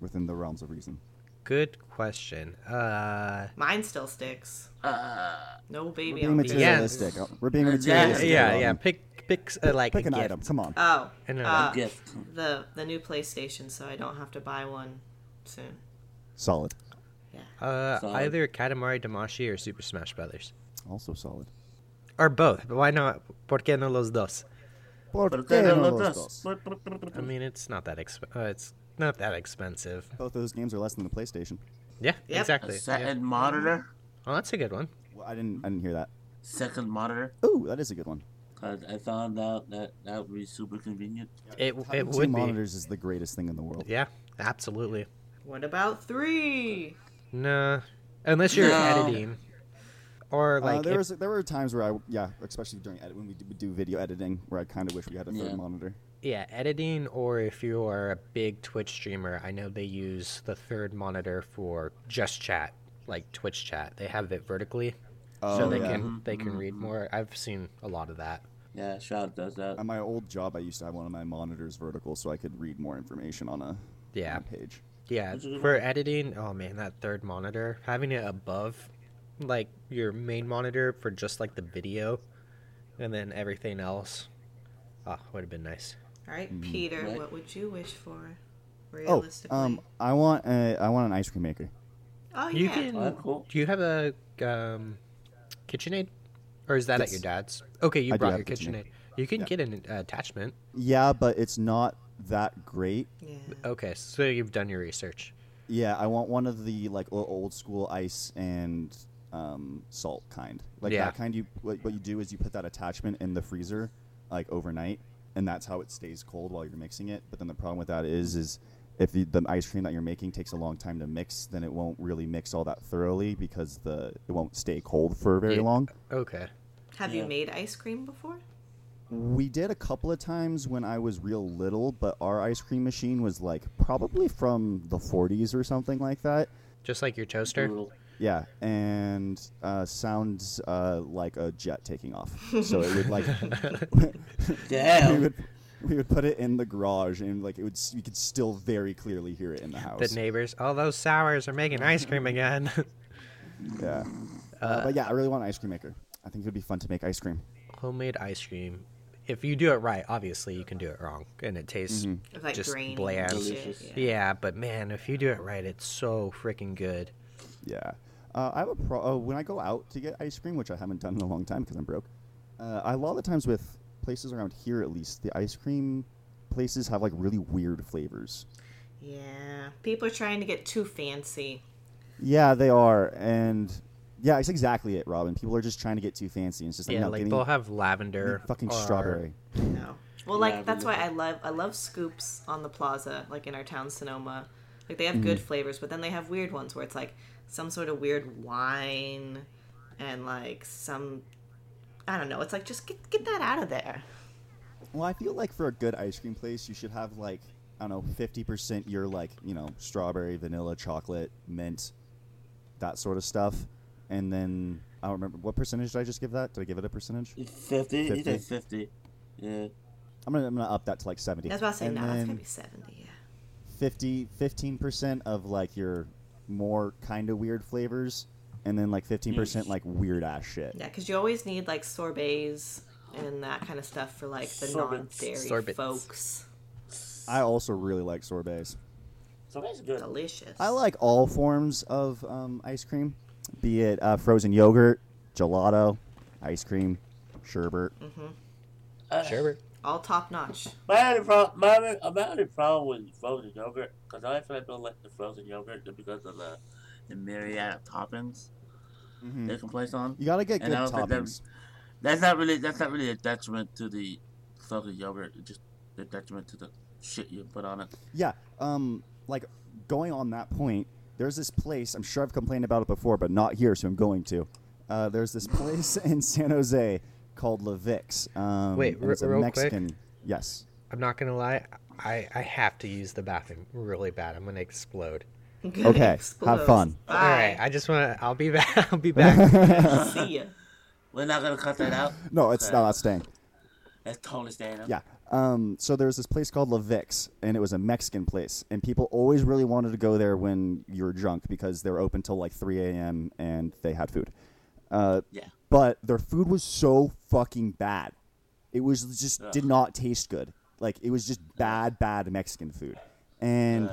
[SPEAKER 1] within the realms of reason?
[SPEAKER 4] Good question. Uh,
[SPEAKER 5] Mine still sticks.
[SPEAKER 3] Uh,
[SPEAKER 5] No baby.
[SPEAKER 1] Being
[SPEAKER 5] on the-
[SPEAKER 4] Yeah.
[SPEAKER 1] materialistic. Oh, We're being
[SPEAKER 3] Yeah,
[SPEAKER 1] materialistic.
[SPEAKER 4] yeah,
[SPEAKER 1] Robin.
[SPEAKER 4] yeah. Pick, pick, uh, like
[SPEAKER 1] Pick
[SPEAKER 4] a
[SPEAKER 1] an
[SPEAKER 4] gift.
[SPEAKER 1] item. Come on.
[SPEAKER 5] Oh,
[SPEAKER 4] And, uh,
[SPEAKER 5] uh,
[SPEAKER 3] gift.
[SPEAKER 5] the the new PlayStation, so I don't have to buy one soon.
[SPEAKER 1] Solid.
[SPEAKER 4] Uh,
[SPEAKER 3] Solid.
[SPEAKER 4] either Katamari Damacy or Super Smash Brothers,
[SPEAKER 1] Also solid.
[SPEAKER 4] or both. But why not? Por qué no los dos?
[SPEAKER 1] Por
[SPEAKER 3] But
[SPEAKER 1] qué
[SPEAKER 3] then
[SPEAKER 1] no
[SPEAKER 3] I love
[SPEAKER 1] los
[SPEAKER 3] this.
[SPEAKER 1] dos?
[SPEAKER 3] Mm.
[SPEAKER 4] I mean, it's not that exp- uh, It's not that expensive.
[SPEAKER 1] Both those games are less than the PlayStation.
[SPEAKER 4] Yeah,
[SPEAKER 5] Yep.
[SPEAKER 3] A
[SPEAKER 4] exactly. Yeah.
[SPEAKER 3] second monitor.
[SPEAKER 4] Well, that's a good one.
[SPEAKER 1] Well, I didn't. I didn't hear that.
[SPEAKER 3] Second monitor.
[SPEAKER 1] Ooh, that is a good one.
[SPEAKER 3] Cause I found out that that would be super convenient.
[SPEAKER 4] It it
[SPEAKER 1] Having two
[SPEAKER 4] would be.
[SPEAKER 1] monitors is the greatest thing in the world.
[SPEAKER 4] Yeah, absolutely.
[SPEAKER 5] What about three?
[SPEAKER 4] Nah, unless you're
[SPEAKER 3] No.
[SPEAKER 4] editing, or
[SPEAKER 1] Uh,
[SPEAKER 4] like
[SPEAKER 1] there
[SPEAKER 4] if-
[SPEAKER 1] was there were times where I yeah, especially during edit when we do, we do video editing, where I kind of wish we had a third
[SPEAKER 3] Yeah.
[SPEAKER 1] monitor.
[SPEAKER 4] yeah, editing, or if you are a big Twitch streamer. I know they use the third monitor for just chat, like Twitch chat. They have it vertically, so
[SPEAKER 1] Oh,
[SPEAKER 4] they
[SPEAKER 1] yeah.
[SPEAKER 4] can they can read more. I've seen a lot of that.
[SPEAKER 3] Yeah, Shroud does that.
[SPEAKER 1] At my old job, I used to have one of my monitors vertical, so I could read more information on a,
[SPEAKER 4] Yeah.
[SPEAKER 1] on a page.
[SPEAKER 4] Yeah,
[SPEAKER 3] Which is-
[SPEAKER 4] for editing, oh man, that third monitor, having it above like your main monitor for just like the video and then everything else Oh, would have been nice.
[SPEAKER 5] All right,
[SPEAKER 4] Mm,
[SPEAKER 5] Peter,
[SPEAKER 3] Right.
[SPEAKER 5] what would you wish for
[SPEAKER 1] Oh,
[SPEAKER 5] realistically?
[SPEAKER 1] um, I want a, I want an ice cream maker.
[SPEAKER 5] oh
[SPEAKER 4] You
[SPEAKER 5] yeah.
[SPEAKER 4] can.
[SPEAKER 3] Oh, that's cool.
[SPEAKER 4] Do you have a um, KitchenAid, or is that at
[SPEAKER 1] Yes.
[SPEAKER 4] your dad's? Okay, you
[SPEAKER 1] I do
[SPEAKER 4] brought your
[SPEAKER 1] have a
[SPEAKER 4] KitchenAid.
[SPEAKER 1] KitchenAid.
[SPEAKER 4] You can
[SPEAKER 1] Yeah.
[SPEAKER 4] get an uh, attachment.
[SPEAKER 1] Yeah, but it's not that great.
[SPEAKER 5] yeah.
[SPEAKER 4] Okay, so you've done your research.
[SPEAKER 1] Yeah, I want one of the like o- old school ice and um, salt kind. Like
[SPEAKER 4] Yeah.
[SPEAKER 1] that kind you what, what you do is you put that attachment in the freezer like overnight and that's how it stays cold while you're mixing it. But then the problem with that is is if the, the ice cream that you're making takes a long time to mix, then it won't really mix all that thoroughly because the it won't stay cold for very
[SPEAKER 4] Yeah.
[SPEAKER 1] long.
[SPEAKER 4] Okay.
[SPEAKER 5] Have
[SPEAKER 3] Yeah.
[SPEAKER 5] you made ice cream before?
[SPEAKER 1] We did a couple of times when I was real little, but our ice cream machine was like probably from the 40s or something like that.
[SPEAKER 4] Just like your toaster.
[SPEAKER 3] Brutal.
[SPEAKER 1] Yeah, and uh, sounds uh, like a jet taking off. So it would like we
[SPEAKER 3] Damn.
[SPEAKER 1] would we would put it in the garage, and like it would s- you could still very clearly hear it in the house.
[SPEAKER 4] The neighbors. All those sours are making ice cream again.
[SPEAKER 1] yeah, uh, but yeah, I really want an ice cream maker. I think it would be fun to make ice cream.
[SPEAKER 4] Homemade ice cream. If you do it right, obviously you can do it wrong, and it tastes
[SPEAKER 1] Mm-hmm.
[SPEAKER 5] With, like
[SPEAKER 4] just
[SPEAKER 5] grainy
[SPEAKER 4] bland.
[SPEAKER 5] and shit,
[SPEAKER 3] Delicious.
[SPEAKER 5] Yeah.
[SPEAKER 4] Yeah, but man, if you do it right, it's so freaking good.
[SPEAKER 1] Yeah. Uh, I have a pro. Uh, when I go out to get ice cream, which I haven't done in a long time because I'm broke, uh, I, a lot of the times with places around here, at least, the ice cream places have like really weird flavors.
[SPEAKER 5] Yeah. People are trying to get too fancy.
[SPEAKER 1] Yeah, they are, and yeah, it's exactly it, Robin. People are just trying to get too fancy. And it's just like,
[SPEAKER 4] Yeah,
[SPEAKER 1] no,
[SPEAKER 4] like
[SPEAKER 1] give me-
[SPEAKER 4] they'll have
[SPEAKER 1] give me
[SPEAKER 4] lavender,
[SPEAKER 1] fucking
[SPEAKER 4] or-
[SPEAKER 1] strawberry.
[SPEAKER 5] No.
[SPEAKER 3] Yeah,
[SPEAKER 5] Well, like that's
[SPEAKER 3] but-
[SPEAKER 5] why I love I love scoops on the plaza, like in our town Sonoma. Like they have
[SPEAKER 1] Mm.
[SPEAKER 5] good flavors, but then they have weird ones where it's like some sort of weird wine and like some I don't know. It's like just get get that out of there.
[SPEAKER 1] Well, I feel like for a good ice cream place, you should have like I don't know, fifty percent your like you know strawberry, vanilla, chocolate, mint, that sort of stuff, and then I don't remember what percentage did I just give that? Did I give it a percentage?
[SPEAKER 3] 50? You
[SPEAKER 1] 50.
[SPEAKER 3] said 50. Yeah.
[SPEAKER 1] I'm gonna I'm gonna up that to like seventy.
[SPEAKER 5] I was about to say
[SPEAKER 1] and
[SPEAKER 5] no, it's
[SPEAKER 1] then
[SPEAKER 5] gonna be seventy. Yeah.
[SPEAKER 1] 15 percent of like your more kind of weird flavors, and then like fifteen percent like weird ass shit.
[SPEAKER 5] Yeah, because you always need like sorbets and that kind of stuff for like the
[SPEAKER 3] Sorbets.
[SPEAKER 5] non-dairy
[SPEAKER 4] Sorbets.
[SPEAKER 5] folks.
[SPEAKER 1] I also really like sorbets.
[SPEAKER 3] So that's good.
[SPEAKER 5] Delicious.
[SPEAKER 1] I like all forms of um, ice cream, be it uh, frozen yogurt, gelato, ice cream, sherbet.
[SPEAKER 3] Uh,
[SPEAKER 4] Sherbet.
[SPEAKER 5] all top notch.
[SPEAKER 3] My only problem, my only, uh, my only problem with frozen yogurt, because I feel like I don't like the frozen yogurt just because of the, the myriad of toppings they can place on.
[SPEAKER 1] You gotta get
[SPEAKER 3] And
[SPEAKER 1] good
[SPEAKER 3] I don't think
[SPEAKER 1] toppings.
[SPEAKER 3] that's that's not really that's not really a detriment to the frozen yogurt. It's just a detriment to the shit you put on it.
[SPEAKER 1] Yeah, um, like going on that point, there's this place. I'm sure I've complained about it before, but not here, so I'm going to. Uh, there's this place in San Jose called La Vix. Um,
[SPEAKER 4] Wait,
[SPEAKER 1] and
[SPEAKER 4] re-
[SPEAKER 1] it's a
[SPEAKER 4] real quick.
[SPEAKER 1] Mexican. Yes.
[SPEAKER 4] I'm not gonna lie, I, I have to use the bathroom really bad. I'm gonna explode.
[SPEAKER 1] Okay, have
[SPEAKER 5] Explodes.
[SPEAKER 1] fun.
[SPEAKER 5] Bye.
[SPEAKER 4] All right, I just wanna. I'll be back. I'll be back.
[SPEAKER 5] See ya.
[SPEAKER 3] We're not gonna cut that out.
[SPEAKER 1] No, it's
[SPEAKER 3] Okay.
[SPEAKER 1] not staying.
[SPEAKER 3] That's totally staying up.
[SPEAKER 1] Yeah. Um, so there was this place called La Vix, and it was a Mexican place, and people always really wanted to go there when you were drunk because they were open till like 3 a.m. and they had food. Uh,
[SPEAKER 3] Yeah.
[SPEAKER 1] but their food was so fucking bad. It was just
[SPEAKER 3] Ugh.
[SPEAKER 1] did not taste good. Like it was just bad, bad Mexican food, and.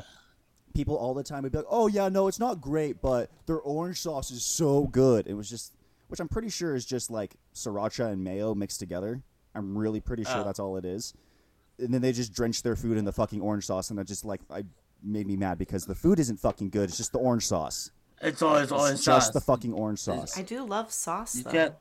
[SPEAKER 1] People all the time would be like, "Oh yeah, no, it's not great, but their orange sauce is so good." It was just, which I'm pretty sure is just like sriracha and mayo mixed together. I'm really pretty sure
[SPEAKER 3] Oh.
[SPEAKER 1] that's all it is. And then they just drench their food in the fucking orange sauce, and that just like I made me mad because the food isn't fucking good. It's just the orange sauce.
[SPEAKER 3] It's all it's all in
[SPEAKER 1] it's just
[SPEAKER 3] sauce.
[SPEAKER 1] the fucking orange sauce.
[SPEAKER 5] I do love sauce
[SPEAKER 3] you
[SPEAKER 5] though.
[SPEAKER 3] can't.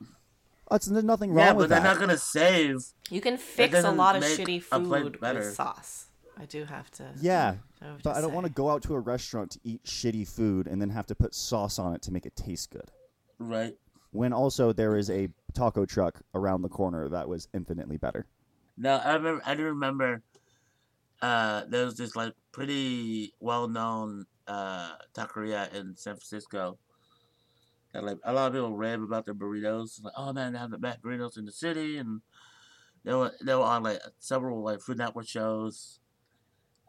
[SPEAKER 1] Oh, it's- there's nothing wrong
[SPEAKER 3] Yeah,
[SPEAKER 1] with
[SPEAKER 3] but they're
[SPEAKER 1] that.
[SPEAKER 3] not gonna save.
[SPEAKER 5] You can fix a
[SPEAKER 3] doesn't
[SPEAKER 5] lot of
[SPEAKER 3] make
[SPEAKER 5] shitty
[SPEAKER 3] a plate
[SPEAKER 5] food
[SPEAKER 3] better.
[SPEAKER 5] with sauce. I do have to.
[SPEAKER 1] Yeah,
[SPEAKER 5] have
[SPEAKER 1] but
[SPEAKER 5] to
[SPEAKER 1] I don't
[SPEAKER 5] say.
[SPEAKER 1] want to go out to a restaurant to eat shitty food and then have to put sauce on it to make it taste good.
[SPEAKER 3] Right.
[SPEAKER 1] When also there is a taco truck around the corner that was infinitely better.
[SPEAKER 3] No, I remember. I do remember. Uh, there was this like pretty well-known uh taqueria in San Francisco. That like a lot of people rave about their burritos. Like, oh man, they have the best burritos in the city, and they were they were on like several like Food Network shows.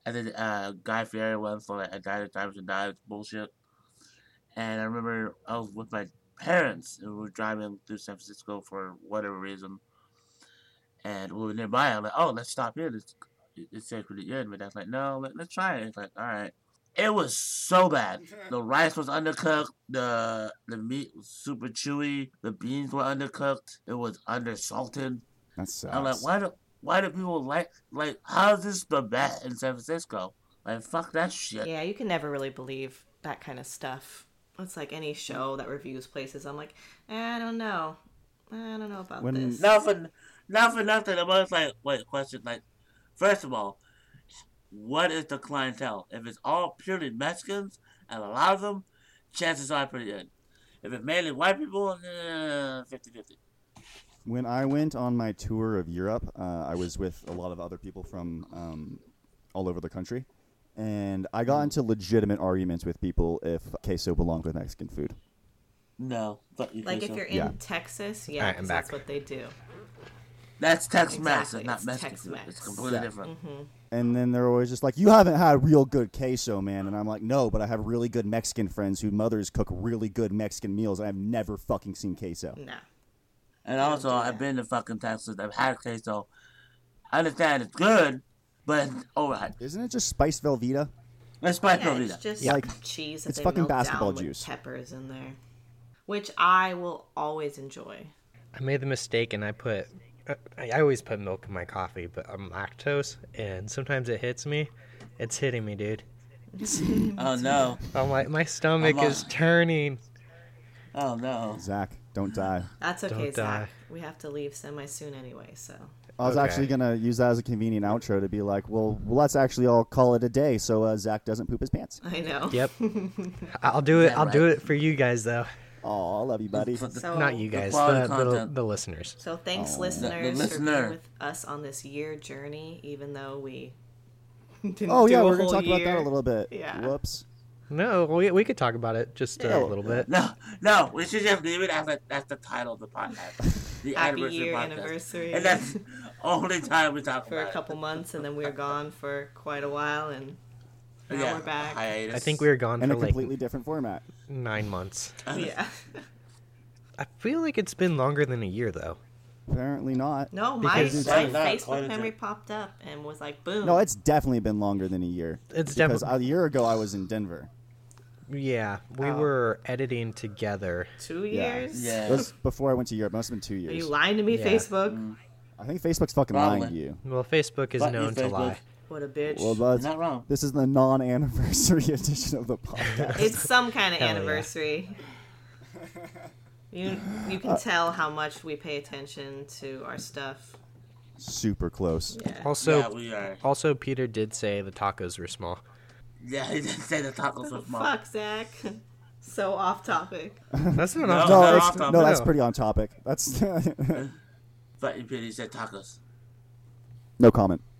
[SPEAKER 3] And then uh, Guy Fieri went for like a diet times and diet bullshit. And I remember I was with my parents and we were driving through San Francisco for whatever reason And we were nearby. I'm like, oh, let's stop here. Let's it's sacred to end. But that's like, no, let, let's try it. It's like, all right. It was so bad. The rice was undercooked. The the meat was super chewy. The beans were undercooked. It was undersalted.
[SPEAKER 1] That sucks.
[SPEAKER 3] I'm like, why do why do people like like how is this the best in San Francisco? Like fuck that shit.
[SPEAKER 5] Yeah, you can never really believe that kind of stuff. It's like any show that reviews places. I'm like, eh, I don't know. Eh, I don't know about
[SPEAKER 1] When-
[SPEAKER 5] this.
[SPEAKER 3] Not for not for nothing. I'm always like, wait, question like, first of all, what is the clientele? If it's all purely Mexicans and a lot of them, chances are pretty good. If it's mainly white people, eh, 50 50.
[SPEAKER 1] When I went on my tour of Europe, uh, I was with a lot of other people from um, all over the country, and I got into legitimate arguments with people if queso belonged with Mexican food.
[SPEAKER 3] No, fuck you.
[SPEAKER 5] like if
[SPEAKER 3] Faisal.
[SPEAKER 5] you're in
[SPEAKER 1] Yeah.
[SPEAKER 5] Texas, yeah,
[SPEAKER 4] Alright, I'm
[SPEAKER 5] 'cause that's
[SPEAKER 4] back.
[SPEAKER 5] what they do.
[SPEAKER 3] that's Tex Mex,
[SPEAKER 5] Exactly,
[SPEAKER 3] it's not
[SPEAKER 5] it's
[SPEAKER 3] Mexican. food.
[SPEAKER 5] Tex-Mex. Mm-hmm.
[SPEAKER 3] It's completely
[SPEAKER 1] Yeah.
[SPEAKER 3] different.
[SPEAKER 1] And then they're always just like, "You haven't had real good queso, man." And I'm like, "No, but I have really good Mexican friends whose mothers cook really good Mexican meals. and I've never fucking seen queso."
[SPEAKER 5] Nah.
[SPEAKER 3] And also,
[SPEAKER 5] do
[SPEAKER 3] I've
[SPEAKER 5] that.
[SPEAKER 3] been to fucking Texas. I've had queso. I understand it's good, but alright.
[SPEAKER 1] Isn't it just spiced Velveeta?
[SPEAKER 3] Let's buy
[SPEAKER 5] Yeah,
[SPEAKER 3] Velveeta.
[SPEAKER 5] it's just
[SPEAKER 1] Yeah, like,
[SPEAKER 5] cheese that
[SPEAKER 1] it's
[SPEAKER 5] they
[SPEAKER 1] fucking
[SPEAKER 5] melt
[SPEAKER 1] basketball
[SPEAKER 5] down
[SPEAKER 1] juice.
[SPEAKER 5] with peppers in there, which I will always enjoy.
[SPEAKER 4] I made the mistake and I put. I I always put milk in my coffee, but I'm lactose, and sometimes it hits me. It's hitting me, dude.
[SPEAKER 3] Oh no.
[SPEAKER 4] I'm like, my stomach
[SPEAKER 3] I'm, uh,
[SPEAKER 4] is turning.
[SPEAKER 3] Oh no.
[SPEAKER 1] Zach, don't die.
[SPEAKER 5] That's okay,
[SPEAKER 4] Don't die.
[SPEAKER 5] Zach. We have to leave semi soon anyway, so
[SPEAKER 1] I was
[SPEAKER 4] Okay.
[SPEAKER 1] actually gonna use that as a convenient outro to be like, "Well, let's actually all call it a day," so uh, Zach doesn't poop his pants.
[SPEAKER 5] I know.
[SPEAKER 4] Yep. I'll do it.
[SPEAKER 3] Yeah,
[SPEAKER 4] I'll do
[SPEAKER 3] right.
[SPEAKER 4] it for you guys, though.
[SPEAKER 1] Oh, I love you, buddy.
[SPEAKER 5] So
[SPEAKER 4] Not you guys,
[SPEAKER 3] quality
[SPEAKER 4] the, the,
[SPEAKER 3] content.
[SPEAKER 4] the listeners.
[SPEAKER 5] So thanks,
[SPEAKER 1] Oh.
[SPEAKER 5] listeners, for
[SPEAKER 3] listener.
[SPEAKER 5] being with us on this year journey, even though we didn't
[SPEAKER 1] Oh
[SPEAKER 5] do
[SPEAKER 1] yeah,
[SPEAKER 5] a
[SPEAKER 1] we're gonna
[SPEAKER 5] whole
[SPEAKER 1] talk about that
[SPEAKER 5] year.
[SPEAKER 1] a little bit.
[SPEAKER 5] Yeah.
[SPEAKER 1] Whoops.
[SPEAKER 4] No, we, we could talk about it just
[SPEAKER 1] Yeah.
[SPEAKER 4] a little bit.
[SPEAKER 3] No, no, we should just leave it as a, that's the title of the podcast. The
[SPEAKER 5] Happy
[SPEAKER 3] anniversary
[SPEAKER 5] year
[SPEAKER 3] podcast.
[SPEAKER 5] anniversary.
[SPEAKER 3] And that's the only time we talk
[SPEAKER 5] for
[SPEAKER 3] about
[SPEAKER 5] a couple months, and then we were gone for quite a while, and
[SPEAKER 3] it.
[SPEAKER 5] now
[SPEAKER 3] Yeah,
[SPEAKER 5] we're back.
[SPEAKER 3] hiatus.
[SPEAKER 4] I think we were gone
[SPEAKER 1] In
[SPEAKER 4] for
[SPEAKER 1] a
[SPEAKER 4] like
[SPEAKER 1] completely different format.
[SPEAKER 4] nine months.
[SPEAKER 5] yeah.
[SPEAKER 4] I feel like it's been longer than a year, though.
[SPEAKER 1] Apparently not.
[SPEAKER 5] No, my, my
[SPEAKER 4] Because it's-
[SPEAKER 3] Right, that
[SPEAKER 5] Facebook
[SPEAKER 3] climate
[SPEAKER 5] memory
[SPEAKER 3] change.
[SPEAKER 5] popped up and was like, boom.
[SPEAKER 1] No, it's definitely been longer than a year.
[SPEAKER 4] It's
[SPEAKER 1] because
[SPEAKER 4] defi-
[SPEAKER 1] a year ago I was in Denver.
[SPEAKER 4] Yeah, we
[SPEAKER 5] Oh.
[SPEAKER 4] were editing together.
[SPEAKER 5] two
[SPEAKER 1] Yeah.
[SPEAKER 5] years.
[SPEAKER 3] Yeah.
[SPEAKER 1] It was before I went to Europe. Must have been two
[SPEAKER 5] Are
[SPEAKER 1] years.
[SPEAKER 5] you lying to me,
[SPEAKER 4] Yeah.
[SPEAKER 5] Facebook?
[SPEAKER 3] Mm.
[SPEAKER 1] I think Facebook's fucking lying to
[SPEAKER 3] Probably.
[SPEAKER 1] you.
[SPEAKER 4] Well, Facebook is
[SPEAKER 3] But you
[SPEAKER 4] known to
[SPEAKER 3] Facebook-
[SPEAKER 4] lie.
[SPEAKER 5] What a bitch.
[SPEAKER 1] Well, that's,
[SPEAKER 3] You're not wrong.
[SPEAKER 1] This is the non-anniversary edition of the podcast.
[SPEAKER 5] it's some kind of
[SPEAKER 4] Hell yeah.
[SPEAKER 5] anniversary. You you
[SPEAKER 1] Uh,
[SPEAKER 5] can tell how much we pay attention to our stuff.
[SPEAKER 1] Super close.
[SPEAKER 5] Yeah.
[SPEAKER 4] Also,
[SPEAKER 3] yeah, we are.
[SPEAKER 4] also Peter did say the tacos were small.
[SPEAKER 3] Yeah, he didn't say the tacos was small.
[SPEAKER 5] Fuck, Zach. So off topic.
[SPEAKER 4] That's not
[SPEAKER 3] No,
[SPEAKER 4] off
[SPEAKER 1] No,
[SPEAKER 3] no,
[SPEAKER 4] topic.
[SPEAKER 1] it's-
[SPEAKER 3] off topic.
[SPEAKER 1] no, that's
[SPEAKER 4] No.
[SPEAKER 1] pretty on topic. That's
[SPEAKER 3] But he said tacos.
[SPEAKER 1] no comment.